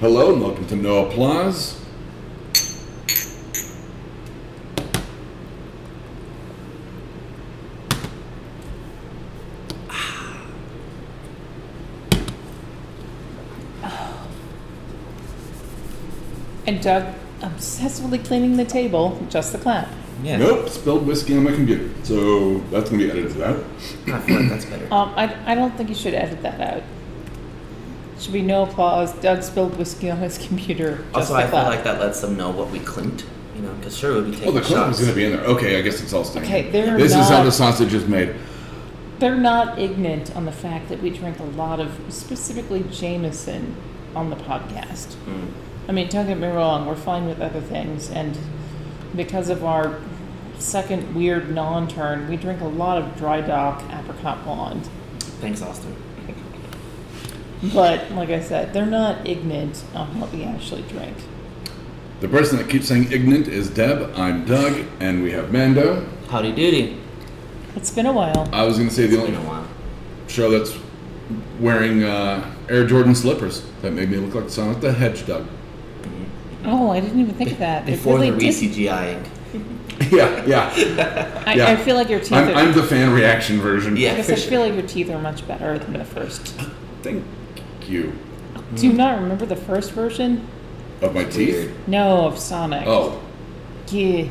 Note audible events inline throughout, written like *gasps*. Hello and welcome to No Applause. And Doug obsessively cleaning the table, just the clap. Yeah. Nope, spilled whiskey on my computer. So that's going to be edited out. I feel like that's *clears throat* better. Um, I, I don't think you should edit that out. Should be no applause. Doug spilled whiskey on his *laughs* computer. Just also, the I feel clap. like that lets them know what we clinked, you know, because sure we'd be Oh, taking the clip shots. is going to be in there. Okay, I guess it's all staying. Okay, they're This is how not- the sausage is made. They're not ignorant on the fact that we drink a lot of, specifically Jameson, on the podcast. Mm. I mean, don't get me wrong, we're fine with other things. And because of our second weird non turn, we drink a lot of dry dock apricot blonde. Thanks, *laughs* Austin. But like I said, they're not ignorant on what we actually drink. The person that keeps saying ignorant is Deb. I'm Doug, and we have Mando. Howdy doody. It's been a while. I was going to say It's the been a only while. show that's wearing uh, Air Jordan slippers that made me look like Sonic the Hedgehog. *laughs* Oh, I didn't even think of that. It Before really the did- re-CGI. yeah, *laughs* yeah. I, yeah. I feel like your teeth I'm, are. I'm the fan reaction version. Yeah. I guess I feel like your teeth are much better than the first. Mm-hmm. Thank you. Do you not remember the first version? Of my teeth? Weird. No, of Sonic. Oh, Yeah.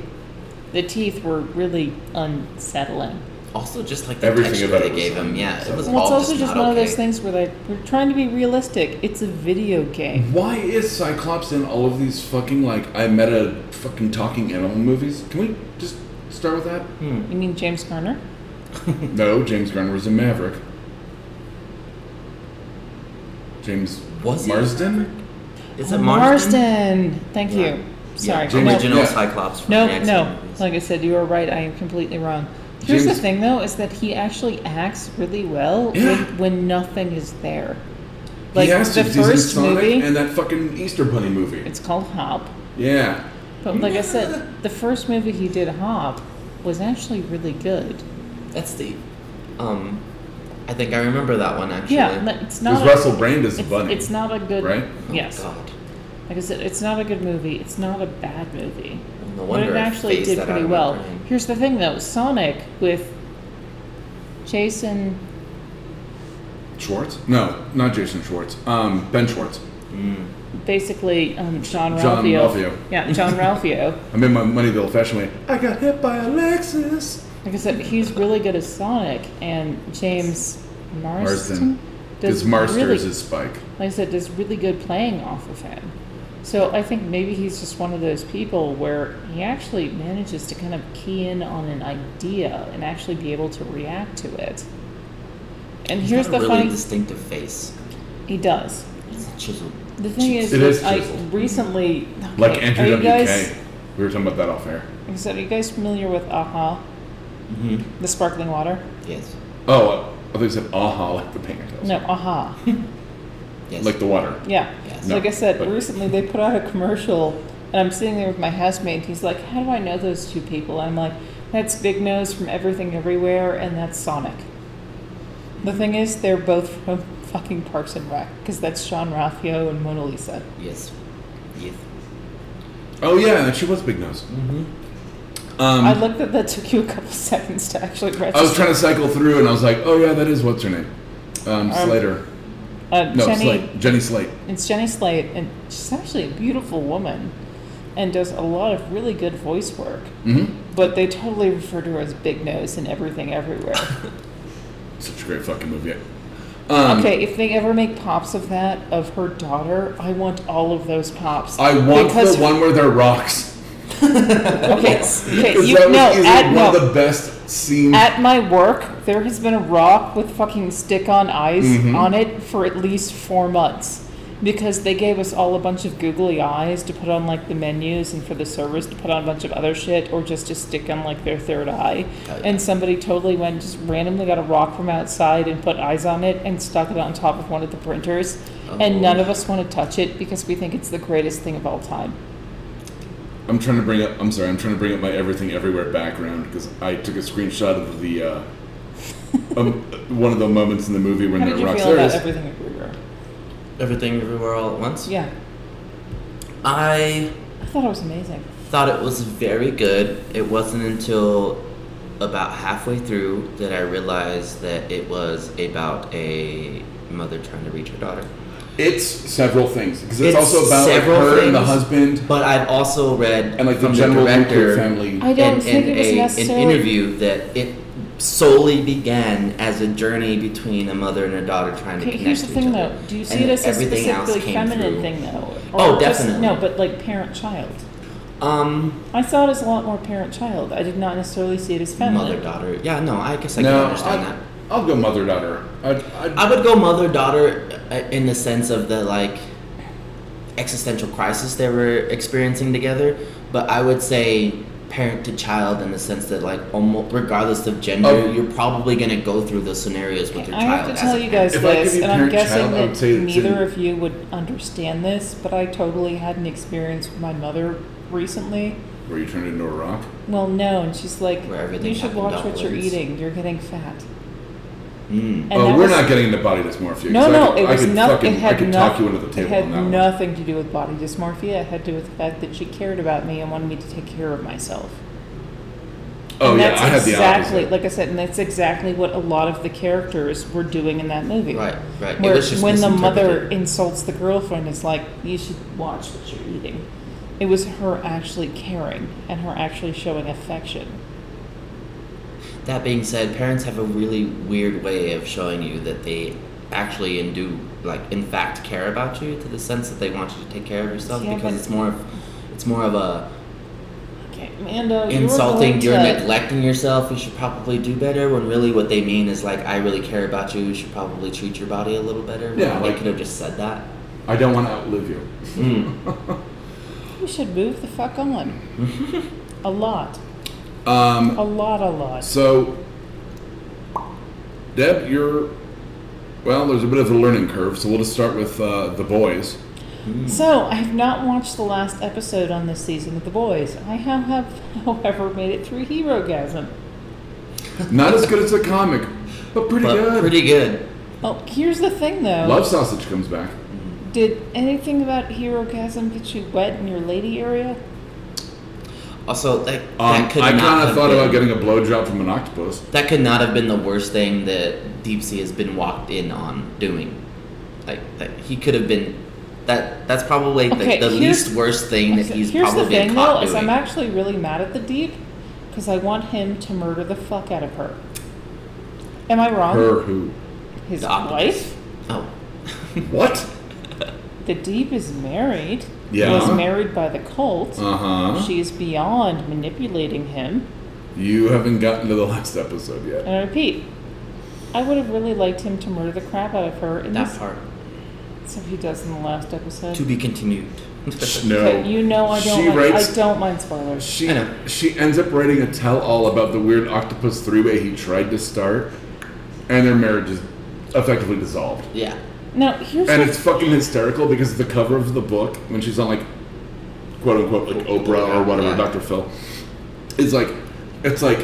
The teeth were really unsettling. Also, just like the Everything texture about it they was gave him. Yeah, it was Well, it's all also just, just not one of okay. those things where like we're trying to be realistic. It's a video Mm-hmm. game. Why is Cyclops in all of these fucking like I met a fucking talking animal movies? Can we just start with *laughs* that? You mean James Garner? no, James Garner was in Maverick. James Was he? Marsden? Is Oh, it Marsden? Marsden. Thank Yeah. you. Yeah, Sorry. the James- No. original Yeah. Cyclops. From the No, X-Men no. movies. Like I said, you are right. I am completely wrong. Here's James- the thing, though, is that he actually acts really well Yeah. when, when nothing is there. He Like has the to, 'cause he's in first Sonic movie, and that fucking Easter Bunny movie. it's called Hop. Yeah. But like I said, the first movie he did, Hop, was actually really good. That's the. Um, I think I remember that one actually. Yeah, but it's Because not. a- Russell Brand is a it's, bunny. it's not a good. right? Oh, Yes. God. Like I said, it's not a good movie. It's not a bad movie. No But wonder it I actually phased did that pretty out of my well. brain. Here's the thing though Sonic with Jason. Schwartz? No, not Jason Schwartz. Um, ben Schwartz. basically um, John Ralphio. John Ralphio. *laughs* Yeah, John Ralphio. I made my money the old-fashioned way. I got hit by a Lexus. Like I said, he's really good as Sonic, and James Marston, Marsden. does Because Marsters really, is Spike. like I said, does really good playing off of him. So I think maybe he's just one of those people where he actually manages to kind of key in on an idea and actually be able to react to it. And He's here's got the a really funny distinctive face. he does. He's chiseled. The thing is, It is that I chiseled. recently Like okay, Andrew are WK. you guys we were talking about that off air. So, are you guys familiar with Aha, Mm-hmm. the sparkling water? Yes. Oh, I thought you said aha, like the pigtails. No, Aha. Yes. Like the water. Yeah. Yes. So like I said, No, but- recently they put out a commercial, and I'm sitting there with my housemate. and He's like, "How do I know those two people?" I'm like, "That's Big Nose from Everything Everywhere, and that's Sonic." The thing is, they're both from fucking Parks and Rec because that's Sean Ralphio and Mona Lisa. Yes. Yes. Oh, yeah, and she was big nose. Mm-hmm. Um, I I, like that that took you a couple *laughs* seconds to actually register. was trying to cycle through and I was like, oh, yeah, that is what's her name? Um, Um, Slater. uh, No, Jenny, Slate. Jenny Slate. It's Jenny Slate, and she's actually a beautiful woman and does a lot of really good voice work. Mm-hmm. But they totally refer to her as Big Nose and *laughs* everything everywhere. Um, Such a great fucking movie. Um, okay, if they ever make pops of that, of her daughter, I want all of those pops. I want because, the one where they're rocks. *laughs* Okay, okay Because you, that was no, easily at, one no of the best scenes. at my work, there has been a rock with fucking stick on eyes Mhm. on it for at least four months. Because they gave us all a bunch of googly eyes to put on like the menus and for the servers to put on a bunch of other shit or just to stick on like their third eye. Oh, yeah. And somebody totally went just randomly got a rock from outside and put eyes on it and stuck it on top of one of the printers. Oh. And none of us want to touch it because we think it's the greatest thing of all time. I'm trying to bring up. I'm sorry. I'm trying to bring up my everything everywhere background because I took a screenshot of the uh, *laughs* um, one of the moments in the movie when How they're did you rocks. feel There it about is. everything everywhere? Everything everywhere all at once. Yeah. I I thought it was amazing. thought it was very good. It wasn't until about halfway through that I realized that it was about a mother trying to reach her daughter. It's several things because it's, It's also about like, several her and the things. husband But I've also read and like the from general nuclear director family. I don't in, think it in was a, an necessarily. interview that it solely began as a journey between a mother and a daughter trying to Okay, connect here's the to thing each other. though. Do you see And it as a everything else specifically came feminine through. thing though? Oh, just- definitely. no, but like parent child. Um, I saw it as a lot more parent child. I did not necessarily see it as feminine. mother daughter. Yeah, no, I guess I no, can understand I'll, that. I'll go mother daughter. I, I, Uh, I would go mother daughter uh, in the sense of the like existential crisis they were experiencing together, but I would say parent to child in the sense that like almost regardless of gender, Oh. you're probably gonna go through those scenarios with your I child. have to as tell a you parent. guys If I could this, be and I'm parent guessing child, I would that say it's neither in- of you would understand this, but I totally had an experience with my mother recently. were you turned into a rock? Well, no, and she's like, Where everything "You should happened watch all what at you're once. eating. You're getting fat." Mm. And oh, that we're was- not getting into body dysmorphia. No, 'cause no, I could, it was I could nothing. Fucking, It had I could nothing. talk you under the table it had on that one. nothing to do with body dysmorphia. It had to do with the fact that she cared about me and wanted me to take care of myself. Oh and yeah, that's I had the exactly, opposite. like I said, and that's exactly what a lot of the characters were doing in that movie. Right, right. It Where was just when the mother misinterpreted. insults the girlfriend, it's like you should watch what you're eating. It was her actually caring and her actually showing affection. That being said, parents have a really weird way of showing you that they actually and do like in fact care about you to the sense that they want you to take care of yourself Yeah, because but- it's more of it's more of a Okay, Amanda, you were insulting going you're to- neglecting yourself you should probably do better when really what they mean is like i really care about you you should probably treat your body a little better Yeah, they like- could have just said that I don't want to outlive you. Hmm. Mm. You should move the fuck on. *laughs* a lot, Um, a lot, a lot. So, Deb, you're well. There's a bit of a learning curve, so we'll just start with uh, the boys. So I have not watched the last episode on this season of The Boys. I have, have *laughs* however, made it through Hero Gasm. Not as good as the comic, but pretty but good. pretty good Oh, here's the thing though. Love sausage comes back. Did anything about Hero Gasm get you wet in your lady area? also that, Um, that could I not kind of have thought been, about getting a blowjob from an octopus. that could not have been the worst thing that deep sea has been walked in on doing like that he could have been that that's probably Okay, the, the here's- least worst thing that he's Here's probably the thing been caught though, is doing I'm actually really mad at the Deep because I want him to murder the fuck out of her. Am I wrong? Her who? His The octopus. wife? oh What? The Deep is married. Yeah. Was married by the cult. Uh-huh. Uh huh. She is beyond manipulating him. You haven't gotten to the last episode yet. *laughs* And I repeat, I would have really liked him to murder the crap out of her in that this. part So he does in the last episode. to be continued No. But you know I don't. She like, writes- I don't mind spoilers. She I know. she ends up writing a tell-all about the weird octopus three-way he tried to start, and their marriage is effectively dissolved. *laughs* yeah Now here's And the- it's fucking hysterical because the cover of the book, when she's on like quote unquote like Oprah or whatever, Yeah. Dr. Phil, is like it's like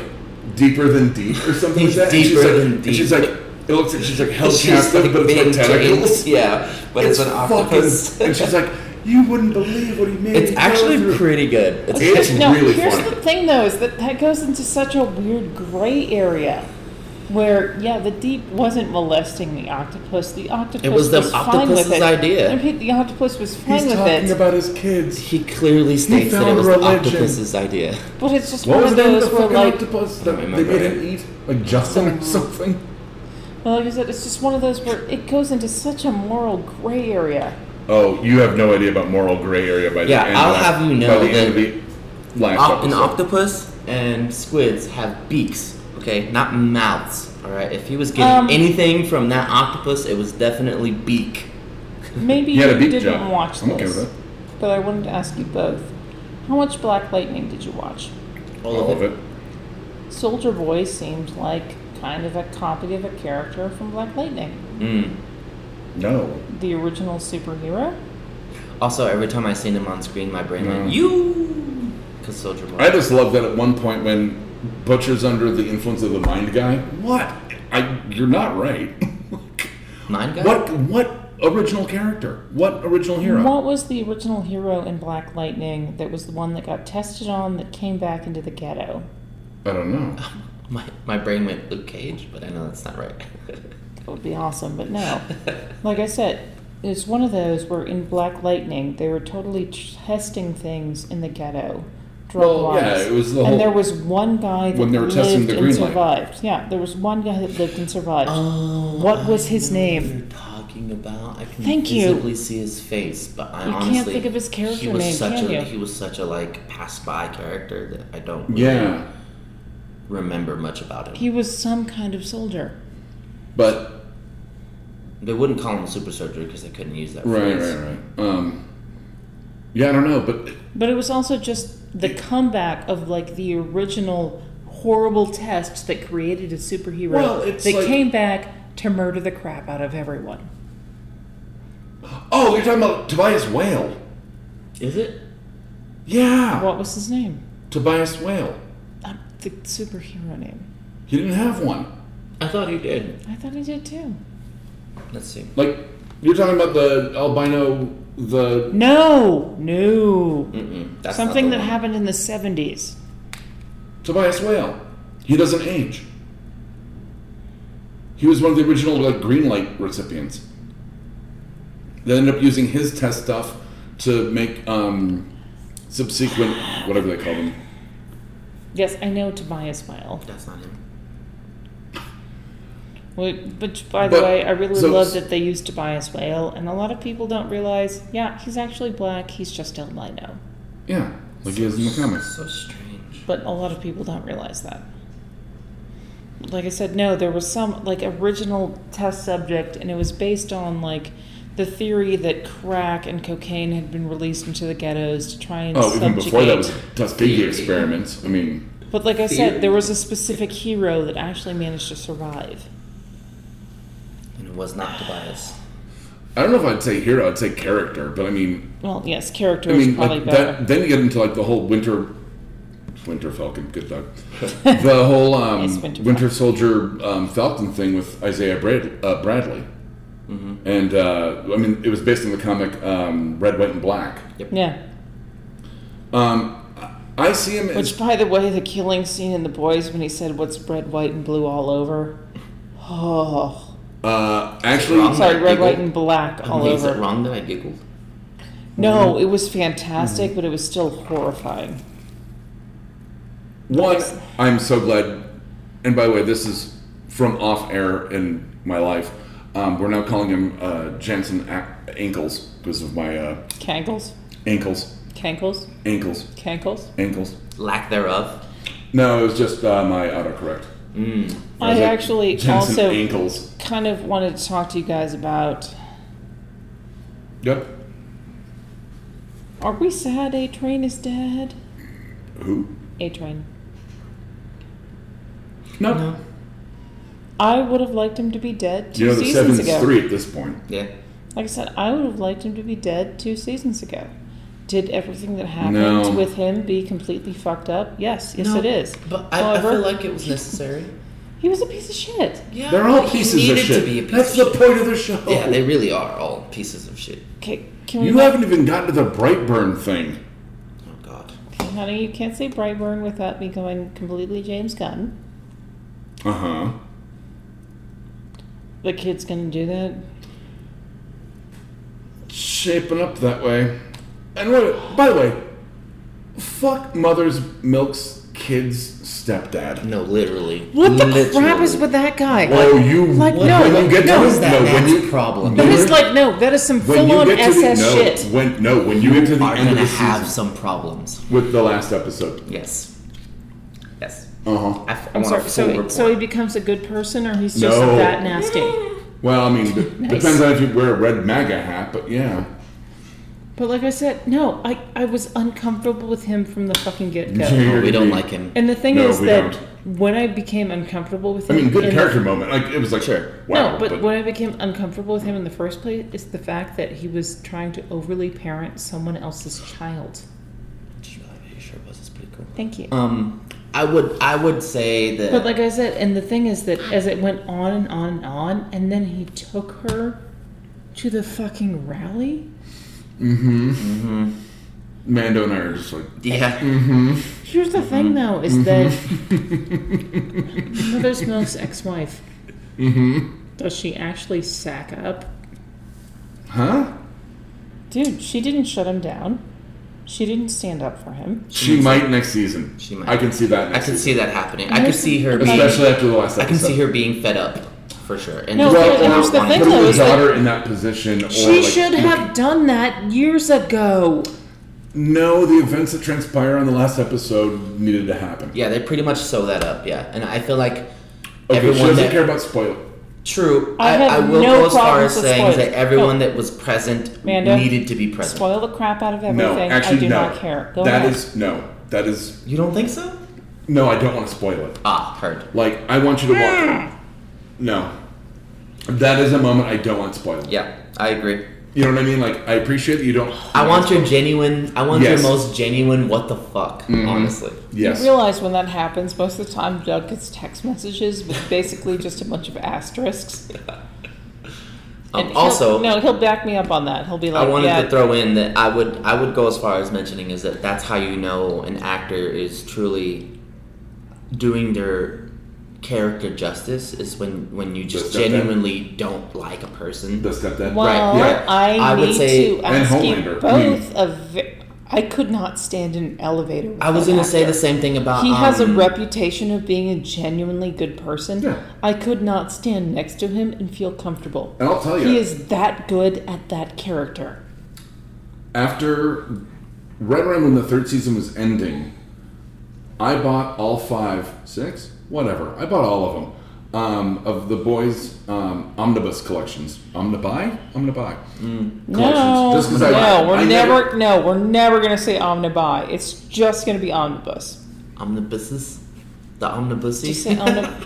deeper than deep or something like that. And she's Deeper like, than and deep. she's like it looks like she's like held She's, captive, like, but being it's like tentacles. changed. *laughs* Yeah, but it's, an fucking- *laughs* octopus. and she's like, You wouldn't believe what he made. *laughs* it's me go actually through." pretty good. It's, It's no, really here's funny. the thing though, is that that goes into such a weird gray area, where yeah, the deep wasn't molesting the octopus. The octopus was the fine with octopus's it. idea. I repeat, the octopus was fine He's with talking it, about his kids. he clearly states that it found was religion. the octopus's idea. but it's just What one was of the name of those the where fucking like, octopus I that don't they made remember him eat? Like Justin or Some- something? well, like I said, it's just one of those where it goes into such a moral gray area. Oh, you have no idea about moral gray area by the Yeah, end. I'll of- have you by know the end of that the last Oc- an episode. octopus and squids have beaks, okay, not mouths. All right, if he was getting Um, anything from that octopus, it was definitely beak. Maybe He had a you beak didn't job. watch I'm this, okay with but I wanted to ask you both: How much Black Lightning did you watch? All, of it. Soldier Boy seemed like kind of a copy of a character from Black Lightning, Mm. No. the original superhero. Also, every time I seen him on screen, my brain No. went you, because Soldier Boy. I just love that at one point when Butcher's under the influence of the mind guy. What? I you're not right. *laughs* Mind guy. what what original character? What original hero? What was the original hero in Black Lightning that was the one that got tested on that came back into the ghetto? I don't *laughs* know. My, my brain went Luke Cage, but I know that's not right. That would be awesome, *laughs* but no. Like I said, it's one of those where in Black Lightning they were totally testing things in the ghetto, drug Well, wise. yeah, it was the and whole- there was one guy that When they were lived testing the and green light. survived. Yeah, there was one guy that lived and survived. Oh, What was I his know what name? You're talking about. I can Thank you. visibly see his face, but I You can't honestly think of his character he was name, Such can a, you? He was such a like pass by character that I don't really Yeah, remember much about him. He was some kind of soldier. but they wouldn't call him a super soldier because they couldn't use that right, phrase. right, right. Um, yeah, I don't know, but But it was also just the comeback of like the original horrible test that created a superhero Well, it's that like- came back to murder the crap out of everyone. oh, you're talking about Tobias Whale. Is it? Yeah, What was his name? Tobias Whale. Um, the superhero name. He didn't have one. I thought he did. I thought he did too. Let's see. Like you're talking about the albino, the No, no. Mm-mm, that's not Something the that one. happened in the 70s. Tobias Whale. He doesn't age. He was one of the original like green light recipients. They ended up using his test stuff to make um, subsequent whatever they call them. Yes, I know Tobias Whale. That's not him. Wh- Which, by the But- way, I really so- love that they used Tobias Whale, and a lot of people don't realize, yeah, he's actually black, he's just albino. Yeah, like he is in the comics. So strange. But a lot of people don't realize that. Like I said, no, there was some like original test subject, and it was based on like the theory that crack and cocaine had been released into the ghettos to try and Oh, even subjugate. before that was Tuskegee Theory. experiments. I mean, but like I Theory. said, there was a specific hero that actually managed to survive. And it was not Tobias. I don't know if I'd say hero, I'd say character, but I mean, Well, yes, character I is mean, probably like better. that. Then you get into like the whole winter, winter Falcon. Good *laughs* dog. the whole um, Yes, Winter winter, Soldier um, Falcon thing with Isaiah Brad, uh, Bradley, Mm-hmm. and uh, I mean, it was based on the comic um, Red, White, and Black. yeah. Um, I I see him as Which, by the way, the killing scene in The Boys when he said, "What's red, white, and blue all over?" Oh, uh, actually. wrong? sorry, red, Eagle. white, and black all I mean, Is over. it wrong that I giggled? No, it was fantastic, but it was still horrifying. One, Yes. I'm so glad. And by the way, this is from off air in my life. Um, we're now calling him uh, Jensen A- Ankles because of my uh, Cankles, ankles, cankles, ankles, cankles. ankles. Lack thereof. No, it was just uh, my autocorrect. Mm. I was like, actually Jensen also ankles. kind of wanted to talk to you guys about. Yep. Are we sad? A train is dead. Who? A train. No. No. I would have liked him to be dead two You know the seasons seven's ago. three at this point. Yeah. Like I said, I would have liked him to be dead two seasons ago. Did everything that happened No. with him be completely fucked up? Yes, yes, No, it is. But I, I However, feel like it was necessary. he was a piece of shit. Yeah. They're all he pieces of needed shit. To be a piece That's of the shit. point of the show. Yeah, they really are all pieces of shit. Okay, can we? you not- haven't even gotten to the Brightburn thing. Oh God. Honey, you can't say Brightburn without me going completely James Gunn. Uh huh. The kid's gonna do that. shaping up that way. And wait, by the way, fuck Mother's Milk's kid's stepdad. No, literally. What the literally. crap is with that guy? Oh, you Like, when no, you get no. to What is that no, when man's you problem? that when is you- like no, that is some when you full-on get to the- SS no, shit. When no, when you get to the Are end of gonna the have season some problems. with the last episode. Yes. Yes. Uh huh. I, f- Oh, I I'm want sorry. a full So, report. so he becomes a good person, or he's just No. that nasty. *laughs* Well, I mean, d- depends on if you wear a red MAGA hat, but yeah, But like I said, no, I I was uncomfortable with him from the fucking *laughs* get go. Yeah. No, we don't like him. And the thing No, is we that don't. when I became uncomfortable with I him, mean, good in the- character moment. Like it was like Sure. wow, no, but, when I became uncomfortable with him in the first place is the fact that he was trying to overly parent someone else's child. He sure was. It's pretty cool. Thank Uh, you. Um, I would, I would say that. But like I said, and the thing is that as it went on and on and on, and then he took her to the fucking rally. Mando and I are just like, Yeah. Here's the thing, Mm-hmm. though, is that Mother Smoke's ex-wife Mm-hmm. does she actually sack up? huh? Dude, she didn't shut him down. She didn't stand up for him. She might next season. She might. I can see that I next could season. see that happening. I could see her. Being, Especially after the last I can episode. see her being fed up, for sure. And No, Well, Well, and here's the or thing, putting though, the is that- daughter in that position. Or She like, should have done that years ago. No, the events that transpire on the last episode needed to happen. yeah, they pretty much sew that up. Yeah, and I feel like Okay, she everyone doesn't that care about spoil. true. I I, I, have will no go as far problems as with saying spoilers. that everyone that was present Amanda, needed to be present. Spoil the crap out of No, everything. actually, I do no. not care. Go That ahead. is- no. That is You don't think so? no. I don't want to spoil it. Ah, heard. Like I want you to watch. it. No, that is a moment I don't want spoiled. Yeah, I agree. You know what I mean? Like I appreciate that you don't. I want your genuine. I want Yes. Mm-hmm. your most genuine. What the fuck? Honestly. *laughs* Yes. You realize when that happens, most of the time Doug gets text messages with basically just a bunch of asterisks. Um, he'll- also, no, he'll back me up on that. He'll be like, I wanted yeah, to throw in that I would I would go as far as mentioning is that that's how you know an actor is truly doing their character justice is when when you just Just that- genuinely don't like a person. the stepdad. well, Right. Yeah. Hmm. I, I would need say- to and ask you Homelander. both a ve- I could not stand in an elevator. With I was that gonna say actor. the same thing about He has a um, reputation of being a genuinely good person. Yeah. I could not stand next to him and feel comfortable. And I'll tell you, He is that good at that character. after right around when the third season was ending, I bought all five, six, whatever. I bought all of them um, of the boys' um, omnibus collections. Omnibuy, omnibuy. No, Just 'cause I- no, we're I never, never- no, we're never gonna say omnibuy. It's just gonna be omnibus. omnibuses, the Did you omnibuses. say omnib?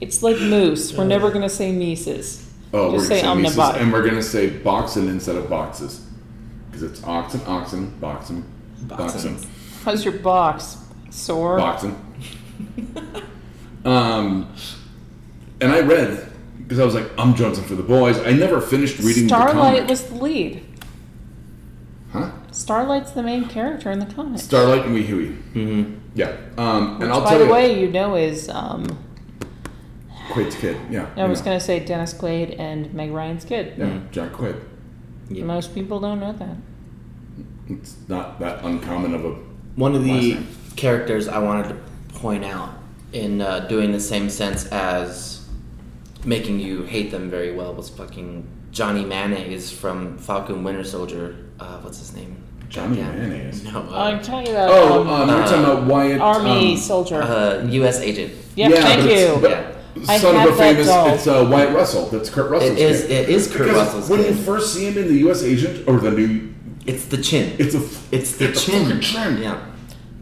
it's like moose. We're never gonna say Mises. Oh, Just we're say gonna say omnibuy, omnibuy. and we're gonna say boxen instead of boxes because it's oxen, oxen, boxen, boxen, Boxes. How's your box sore? boxen. um, and I read because I was like, I'm Johnson for the boys. I never finished reading Starlight the comic. was the lead. huh? Starlight's the main character in the comic. Starlight and Weehuey. Mm-hmm. Yeah. Um, and I'll By tell the you, way, you know is um, Quaid's kid. Yeah. I you was know. gonna say Dennis Quaid and Meg Ryan's kid. Yeah, Jack Quaid. Yeah. Most people don't know that. It's not that uncommon of a. One of Last the name. characters I wanted to point out in uh, doing the same sense as making you hate them very well was fucking Johnny Mayonnaise from Falcon Winter Soldier. Uh, what's his name? Johnny Goddamn. Mayonnaise. No. I'm Uh, talking about Oh, um, um, you're talking about Wyatt. army um, soldier. uh, U.S. agent. yeah, yeah, thank but it's- you. But I son had of a that famous. doll. It's uh, Wyatt Russell. That's Kurt Russell's It is. kid. It is Kurt Because Russell's when you kid. first see him in the U.S. Agent or the new, It's the chin. it's a. It's the a chin. fucking chin. Yeah.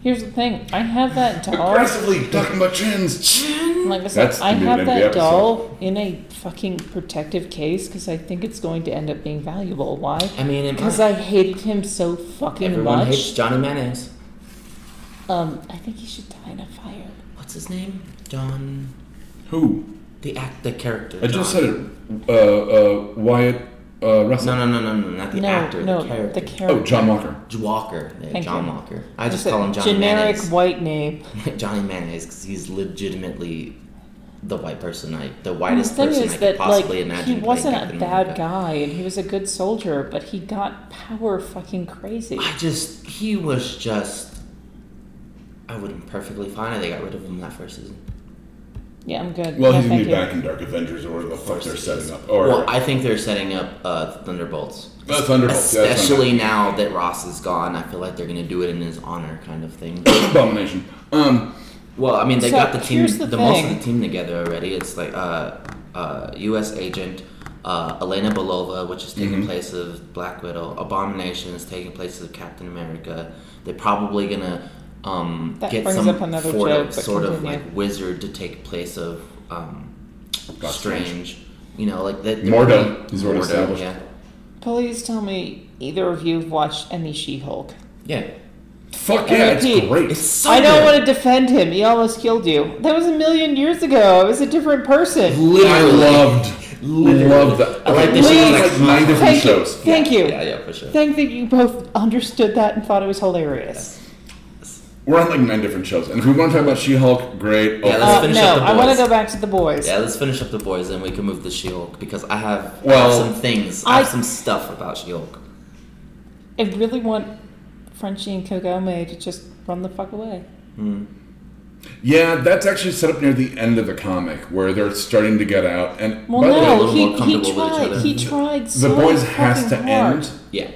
Here's the thing. I *laughs* have that doll. Aggressively talking about chins. Like I said, That's I the have end of the that episode. doll in a fucking protective case because I think it's going to end up being valuable. Why? I mean, it Because might- I hated him so fucking everyone much. hates Johnny Mayonnaise. um, I think he should die in a fire. What's his name? John. Who? The act. The character. I just John. said it. Uh, uh, Wyatt uh, Russell. No, no, no, no, no, not the no, actor. no, the character. Oh, John Walker. Walker. Yeah, Thank John you. Walker. I It's just a call him Johnny generic white name. Mayonnaise. *laughs* Johnny Mayonnaise because he's legitimately the white person I, the The whitest thing person I is could that like possibly imagine. he playing wasn't a Captain bad America. guy and he was a good soldier, but he got power fucking crazy. I just, he was just. I would not perfectly fine if they got rid of him that first season. Yeah, I'm good. Well, No, he's gonna thank be you. back in Dark Avengers or whatever the Of fuck course they're he setting is. up. Or well, I think they're setting up uh, Thunderbolts. Uh, Thunderbolts, yeah, that's Especially now that Ross is gone, I feel like they're gonna do it in his honor, kind of thing. Abomination. Um, Well, I mean, they So, got the team, here's the the, most of thing. the team together already. It's like uh, uh, U.S. agent uh, Elena Belova, which is taking Mm-hmm. place of Black Widow. Abomination is taking place of Captain America. They're probably gonna um, That get brings some up another sort, joke, of, but sort of continue. like wizard to take place of um, Doctor Strange. Strange. You know, like that. Mordo is already established. Yeah, Please tell me either of you have watched any She-Hulk. yeah. fuck yeah, it's MVP. great. It's so I don't good. want to defend him. He almost killed you. That was a million years ago. I was a different person. I Literally. loved Literally. Love that. I like Okay, that she was please. like, like nine different Thank you. shows. Thank you. Yeah, yeah, for sure. Think that you both understood that and thought it was hilarious. We're on like nine different shows, and if we want to talk about She-Hulk, great. Yeah, Oh, Let's Uh, finish no, up the I want to go boys. back to the boys. Yeah, let's finish up the boys and we can move to She-Hulk because I have, I have Well- some things, I have I- some stuff about She-Hulk. I really want Frenchie and Kagome to just run the fuck away. yeah, that's actually set up near the end of the comic where they're starting to get out, and Well, by the way, a no, little he, more he comfortable with each tried. other. He tried the so boys has to fucking hard. end Yeah,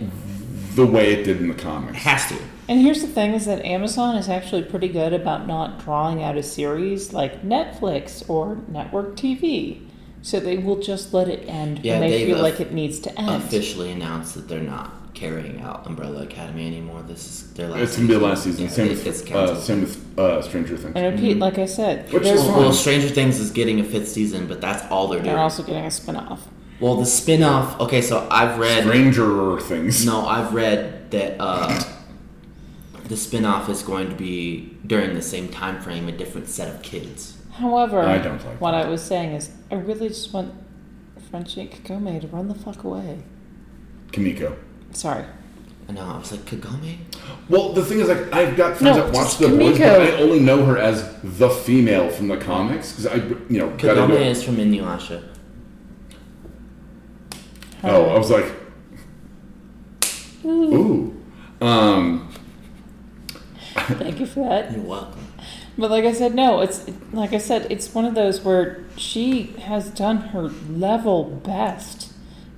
the way it did in the comics. has to. And here's the thing: is that Amazon is actually pretty good about not drawing out a series like Netflix or network TV, so they will just let it end Yeah, when they they've feel of- like it needs to end. Officially announced that they're not carrying out Umbrella Academy anymore. This is their last. It's gonna be the last season. Yeah, same, it- it's with, uh, canceled. same with uh, Stranger Things. And repeat, Mm-hmm. like I said, Which they're, is- Well, well, fine. Stranger Things is getting a fifth season, but that's all they're doing. they're also getting a spin-off. well, the spin-off. Okay, so I've read. Stranger things. No, I've read that uh, the spin-off is going to be during the same time frame, a different set of kids. However, I don't like what I was saying is, I really just want Frenchie and Kagome to run the fuck away. Kamiko. Sorry. And now I was like, Kagome. Well, the thing is, like, I've got friends No, that watch just The Boys, but Kamiko. I only know her as the female from the comics because I, you know, got Kagome into. is from Inuyasha. Oh, Um, I was like, ooh, um, *laughs* Thank you for that. You're welcome. But like I said, no, it's like I said, it's one of those where she has done her level best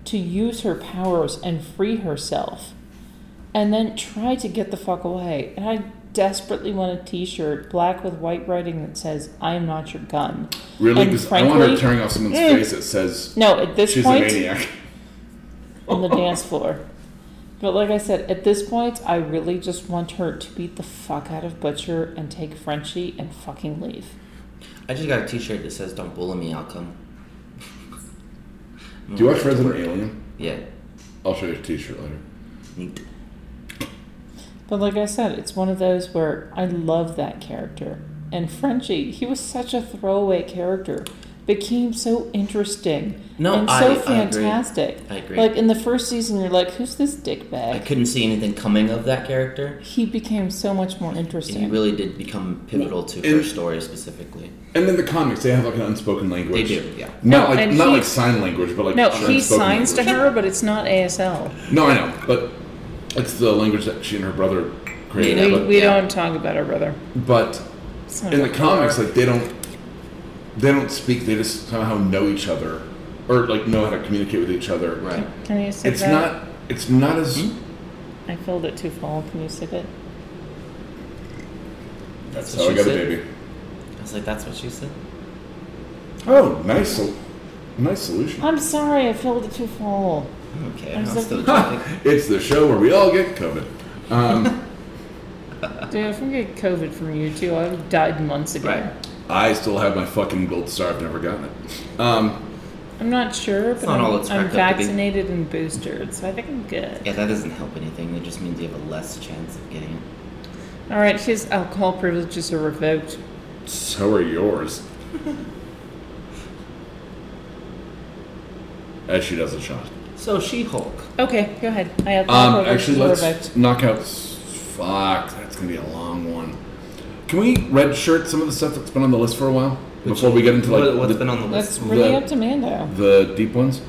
to use her powers and free herself. And then try to get the fuck away. And I desperately want a t shirt, black with white writing that says, I am not your gun. really? And Because I want her frankly- tearing off someone's Mm. face that says No, at this she's point a maniac. Mm. on the dance floor. But like I said, at this point, I really just want her to beat the fuck out of Butcher and take Frenchie and fucking leave. I just got a T-shirt that says "Don't bully me, I'll come." *laughs* Do you watch Resident Alien? Yeah. I'll show you a T-shirt later. Neat. But like I said, it's one of those where I love that character. And Frenchie, he was such a throwaway character, became so interesting No, and I- I so agree. fantastic. I agree. Like in the first season, you're like, "Who's this I dickbag?" couldn't see anything coming of that character. He became so much more And he interesting. really did become pivotal to Well, her it- story specifically. And in the comics, they have like an unspoken language. They do, yeah. Not No, like and not he- like sign language, but like no, an he unspoken signs to language. her, but it's not ASL. No, I know, but it's the language that she and her brother created. Yeah, We, but- we yeah. don't talk about her brother. But It's not in the about comics, her. like they don't they don't speak. They just somehow know each other, or like know how to communicate with each other. Right. Hmm? can you sip It's that? not. It's not as. I filled it too full. Can you sip it? That's what how I she got a said. baby. I was like, "That's what she said." Oh, nice, sol- nice solution. I'm sorry, I filled it too full. Okay, I'm I'm, so- still joking. *laughs* Ha! It's the show where we all get COVID. Um, Dude, if I get COVID from you two, I would have died months ago. Right. I still have my fucking gold star. I've never gotten it. Um, I'm not sure, but not all I'm, it's I'm cracked up to be. vaccinated and boosted, so I think I'm good. Yeah, that doesn't help anything. It just means you have a less chance of getting it. All right, his alcohol privileges are revoked. so are yours. As she does a shot. So She-Hulk. Okay, go ahead. I alcohol Um, privileges actually, are let's revoked. knock out. s- Fuck, that's gonna be a long one. Can we redshirt some of the stuff that's been on the list for a while before we get into like what, has the, been on the That's list? really the- up to Mando. the deep ones?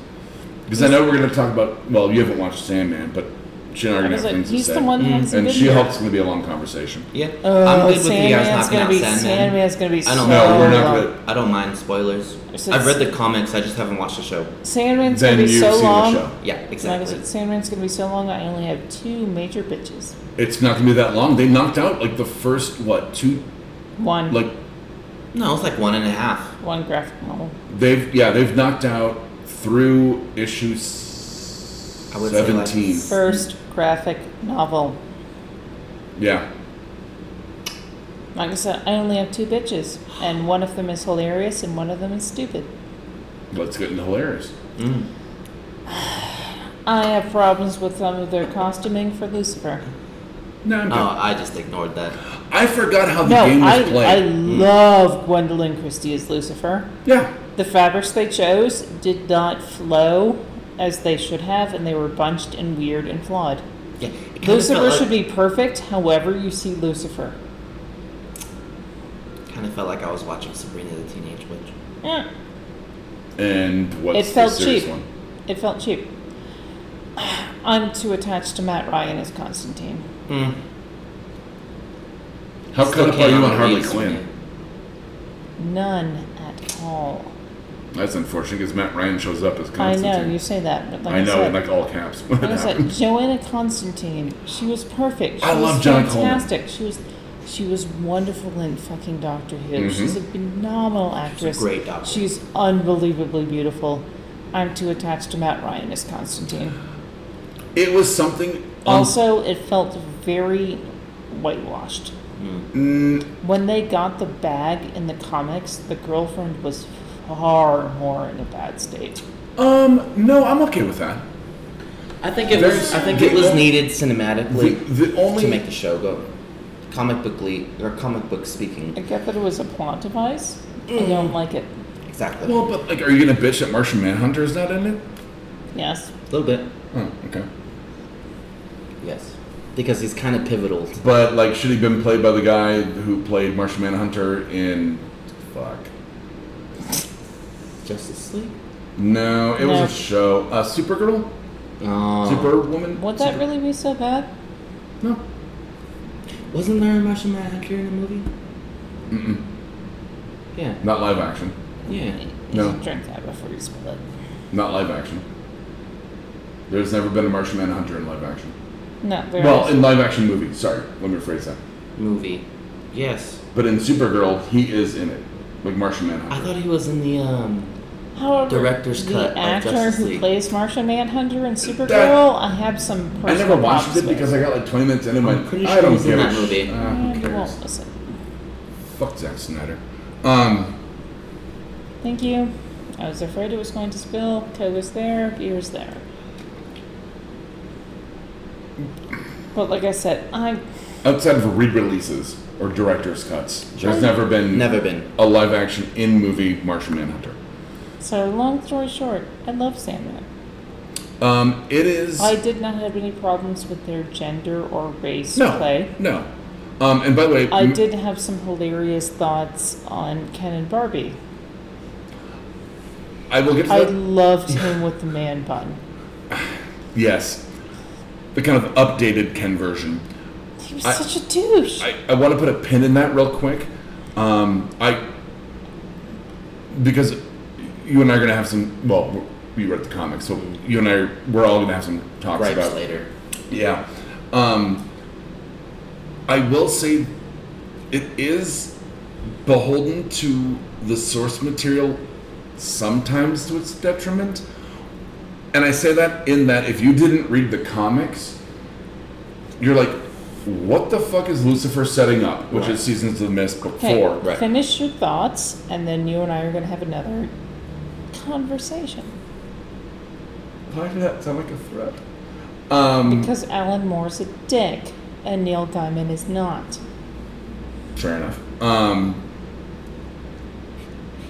Because I know we're gonna talk about. Well, you haven't watched Sandman, but she and I are I gonna was have like, things he's to say. the one that Mm, hasn't and been she here. helps gonna be a long conversation. Yeah, Oh, I'm good with you guys Sandman's knocking gonna out be, Sandman. Sandman's gonna be I don't so know. No, we're not long. gonna. I don't mind spoilers. So I've it's- read the comics. I just haven't watched the show. Sandman's Then gonna be you've so seen long. the show. Yeah, Like I exactly. said, Sandman's gonna be so long. I only have two major bitches. It's not gonna be that long. They knocked out like the first what two One, like No, it's like one and a half. one graphic novel. they've yeah they've knocked out through issue s- I would say, like, seventeen. First graphic novel. yeah. Like I said, I only have two bitches, and one of them is hilarious, and one of them is stupid. Let's get into hilarious. Mm. I have problems with some of their costuming for Lucifer. No, I'm Oh, I just ignored that. I forgot how the No, game was I, I played. Mm. love Gwendolyn Christie as Lucifer. yeah, The fabrics they chose did not flow as they should have, and they were bunched and weird and flawed. Yeah, it kinda Lucifer felt like- should be perfect, however, you see Lucifer. Kind of felt like I was watching Sabrina the Teenage Witch. Eh, And it what's felt the serious cheap. one? It felt cheap. I'm too attached to Matt Ryan as Constantine. Mm. Hmm. How Still cut up can't are you on the Harley leaves for me. Quinn? None at all. That's unfortunate because Matt Ryan shows up as I Constantine. know you say that, but like I, I know, said, in like all caps. *laughs* When What it was it? happened. Joanna Constantine. She was perfect. She I was love John Coleman. fantastic. She was she was wonderful in fucking Doctor Who. Mhm. She's a phenomenal actress. great doctor. She's unbelievably beautiful. I'm too attached to Matt Ryan as Constantine. Um, It was something. um, also, it felt very whitewashed. Mm, When they got the bag in the comics, the girlfriend was far more in a bad state. um, no, I'm okay with that. I think it There's- was. I think it the was only- needed cinematically the, the only to make the show go. Comic bookly or comic book speaking, I get that it was a plot device. Mm. I don't like it. exactly. well, but like, are you gonna bitch that Martian Manhunter is not in it? Yes. a little bit, Oh, okay. yes, because he's kind of pivotal. to- But like, should he been played by the guy who played Martian Manhunter in? Fuck. Justice League. No, it No. was a show. Uh, Supergirl, Oh. Superwoman. Would that really be so bad? No. Wasn't there a Martian Manhunter in the movie? Mm-mm. Yeah. Not live action. Yeah. No. You drink that before you spill it. Not live action. There's never been a Martian Manhunter in live action. No, there Well, is- in live action movies. Sorry, let me rephrase that. Movie. Yes. But in Supergirl, he is in it, like Martian I Manhunter. thought he was in the um. However, director's the cut of actor Justice who League. plays Martian Manhunter in Supergirl, I have some. I, Personal never watched problems it with. because I got like 20 minutes in and went, pretty I sure don't he's in give a that movie. sh- Eh, Ah, who you won't cares? listen. Fuck Zack Snyder. Um, Thank you. I was afraid it was going to spill. Toe was there. Beer was there. But like I said, I outside of re-releases or director's cuts, there's never been Never been. a live action in movie Martian Manhunter. so long story short, I love Sandman. Um, it is I did not have any problems with their gender or race no, play. no. Um, and by the way, I m- did have some hilarious thoughts on Ken and Barbie. I will get to I that. loved him with the man bun. Yes, the kind of updated Ken version. He was I- such a douche. I, I want to put a pin in that real quick. Um, I because you and I are gonna have some. Well, we read the comics, so you and I we're all gonna have some talks Right about later. yeah. Um, I will say it is beholden to the source material sometimes to its detriment. And I say that in that if you didn't read the comics, you're like, what the fuck is Lucifer setting up? Which Right. is Seasons of the Mist book Okay, four. Right. finish your thoughts, and then you and I are going to have another conversation. Why did that sound like a threat? Um, Because Alan Moore's a dick, and Neil Gaiman is not. Fair enough. Um,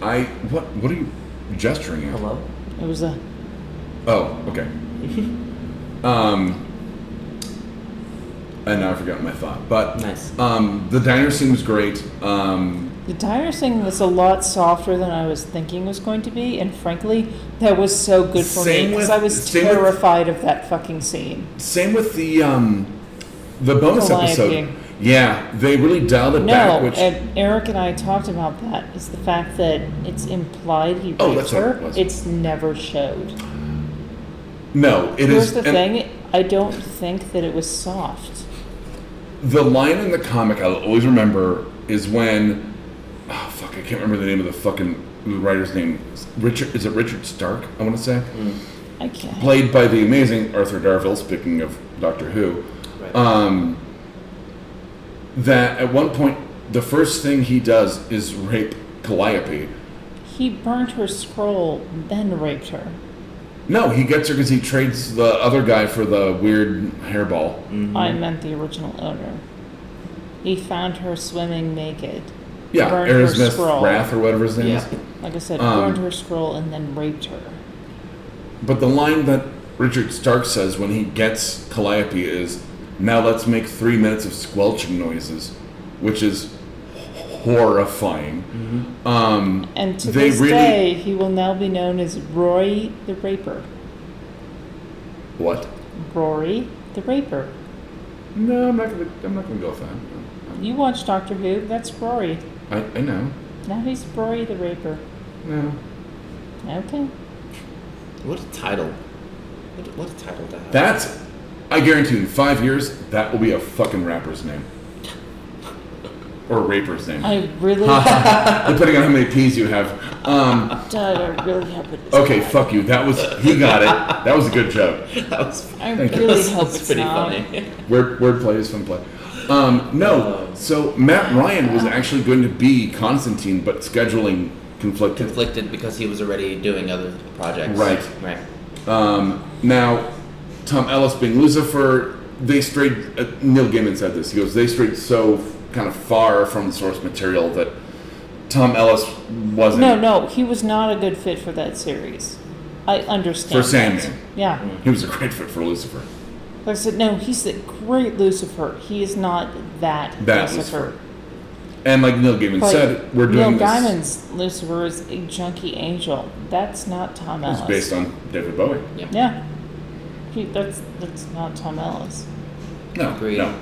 I what what are you gesturing at? Hello. It was a Oh, *laughs* okay. um, and now I forgot my thought, but Nice. um, the diner scene was great. Um, the tire thing was a lot softer than I was thinking it was going to be, and frankly, that was so good for Same me because with- I was same with- terrified of that fucking scene. same with the um, the bonus The Lion episode. King. Yeah, they really dialed it No, back. Which and Eric and I talked about that. Is the fact that it's implied he raped Oh, that's what her. it was. It's never showed. no, it Here's is the and thing: I don't think that it was soft. The line in the comic I'll always remember is when oh fuck, I can't remember the name of the fucking the writer's name. Richard is it Richard Stark? I want to say. Mm-hmm. I can't. played by the amazing Arthur Darvill. Speaking of Doctor Who, Right. um, that at one point the first thing he does is rape Calliope. He burnt her scroll, then raped her. No, he gets her because he trades the other guy for the weird hairball. Mm. Mm-hmm. I meant the original owner. He found her swimming naked, yeah, burned her Aerosmith scroll. Wrath or whatever his name Yeah. is. Like I said, Um, burned her scroll and then raped her. But the line that Richard Stark says when he gets Calliope is, "Now let's make three minutes of squelching noises," which is horrifying. Mm. Um, And to They this really- day, he will now be known as Roy the Raper. what? Rory the Raper. No, I'm not gonna. I'm not gonna go with that. You watch Doctor Who, that's Rory. I, I know. Now he's Rory the Raper. No. Okay. What a title. What a, what a title to have. That's. I guarantee you, in five years, that will be a fucking rapper's name. Or raper's name. I *laughs* really, Depending on how many P's you have. Um, Dad, I really hope it is. okay, fuck you. That was. He got it. That was a good joke. *laughs* that was I Thank you. really *laughs* that was- hope that's it's pretty not. funny. Word, wordplay is fun play. Um, no, so Matt Ryan was actually going to be Constantine, but scheduling conflicted. *laughs* Conflicted because he was already doing other projects. Right. Right. Um, now, Tom Ellis being Lucifer, they strayed. Uh, Neil Gaiman said this. He goes, they strayed so kind of far from the source material that Tom Ellis wasn't No, no, he was not a good fit for that series. I understand. for that. Sandman. Yeah. He was a great fit for Lucifer. Like I said, no, he's a great Lucifer. He is not that, That Lucifer. And like Neil Gaiman But said, we're doing Neil this. Gaiman's Lucifer is a junkie angel. That's not Tom Ellis. It's based on David Bowie. Yep. Yeah. He, that's that's not Tom Ellis. No, Agreed. no.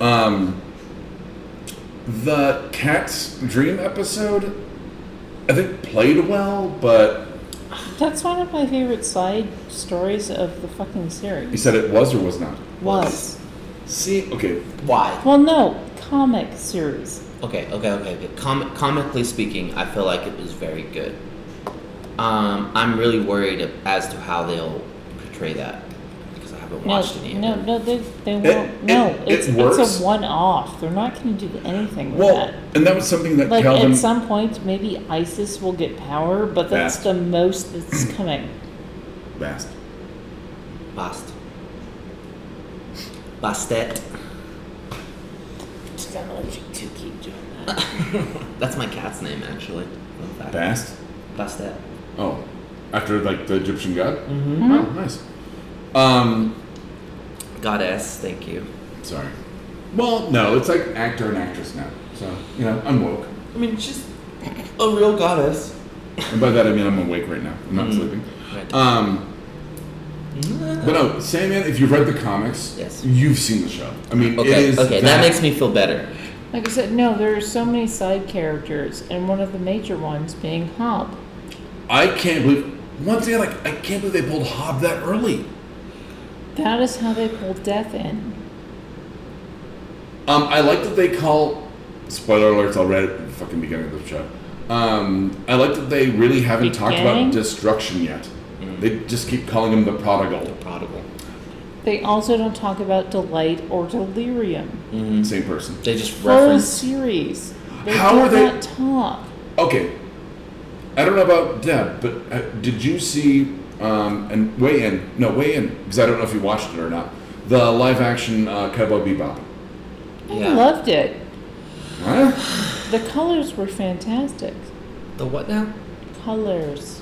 Um, the cat's dream episode, I think played well, but That's one of my favorite side stories of the fucking he series. said it was or was not. Was. See, okay, Why? Well, no, comic series. Okay, okay, okay. okay. Com- comically speaking, I feel like it was very good. Um, I'm really worried as to how they'll portray that because I haven't No, watched any of no, it. no, they, they won't. no, it- it's, it works. it's a one off. They're not going to do anything with Well, that. and that was something that Like, Calvin. at some point, maybe ISIS will get power, but that's That. the most that's coming. Bast. Bast. Bastet. Just gotta let you two keep doing that. That's my cat's name, actually. Fun fact. Bast? Bastet. Oh, after like the Egyptian god. Mm-hmm. Oh, nice. Um, Goddess, thank you. sorry. Well, no, it's like actor and actress now. So you know, I'm woke, I mean, she's a real goddess. and by that I mean I'm awake right now. I'm not Mm-hmm. sleeping. Right. Um, But no, Sandman, if you've read the comics, Yes. you've seen the show. I mean, it okay, is. okay, that makes me feel better. Like I said, no, there are so many side characters, and one of the major ones being Hob. I can't believe. Once again, like, I can't believe they pulled Hob that early. That is how they pulled death in. Um, I like that they call. Spoiler alerts already at the fucking beginning of the show. Um, I like that they really haven't talked about Beginning? destruction yet. They just keep calling him the prodigal. Prodigal. They also don't talk about delight or delirium. Same person. They just Whole reference. series. They How do are they- not talk. Okay. I don't know about Deb, but uh, did you see um, and weigh in? No, weigh in because I don't know if you watched it or not. The live action uh, Cowboy Bebop. I Yeah. loved it. Huh? The colors were fantastic. The what now? Colors,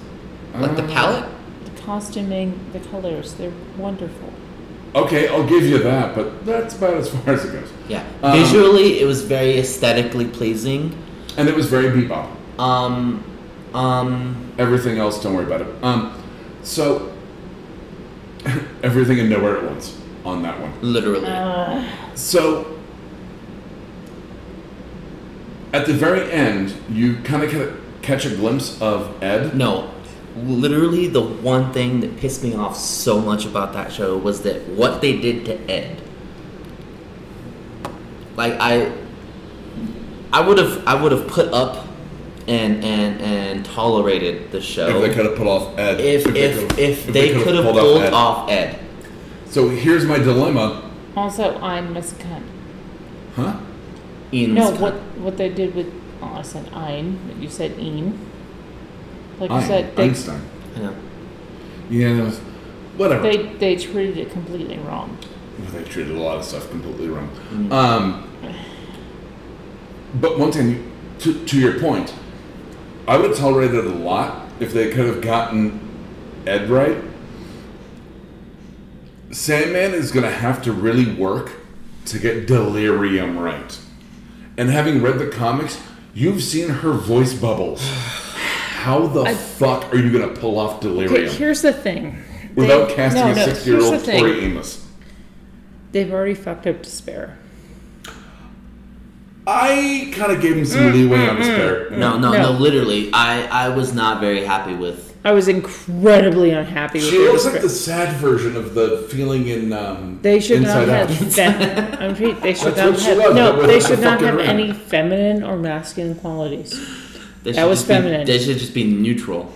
Like the Uh, palette? the costuming, the colors, they're wonderful. Okay, I'll give you that, but that's about as far as it goes. Yeah. Um, Visually, it was very aesthetically pleasing. And it was very bebop. Um, um, Everything else, don't worry about it. Um, so *laughs* everything and nowhere at once on that one. literally. Uh, So at the very end, you kind of catch a glimpse of Ed. No, literally the one thing that pissed me off so much about that show was that what they did to Ed. Like I, I would have I would have put up, and and and tolerated the If show they could have put off Ed. if if if, could've- they could've could have off pulled, Ed. off Ed. So here's my dilemma. also, I'm Miss Cunt. Huh? Ian's No, cut. what what they did with oh, I said Ein, but you said Een. Like you Ein- said, they, Einstein. I know. Yeah, that was, whatever. they they treated it completely wrong. Well, they treated a lot of stuff completely wrong. Um, but one time, you, to, to your point, I would have tolerated it a lot if they could have gotten Ed right. Sandman is going to have to really work to get Delirium right. And having read the comics, you've seen her voice bubbles. How the I- fuck are you going to pull off Delirium Okay, here's the thing. They- without casting no, a no, here's the six-year-old thing. Tori Amos? They've already fucked up Despair. I kind of gave him some leeway on his pair. Mm, No, no, No. no, literally. I, I was not very happy with. I was incredibly unhappy with She their looks like Despair. the sad version of the feeling in um, They should Inside not Out. *laughs* have. Fem- I'm pretty, they should That's not what she have. was, that No, was they the should not fucking have ring. any feminine or masculine qualities. They That should was just be- feminine. They should just be neutral.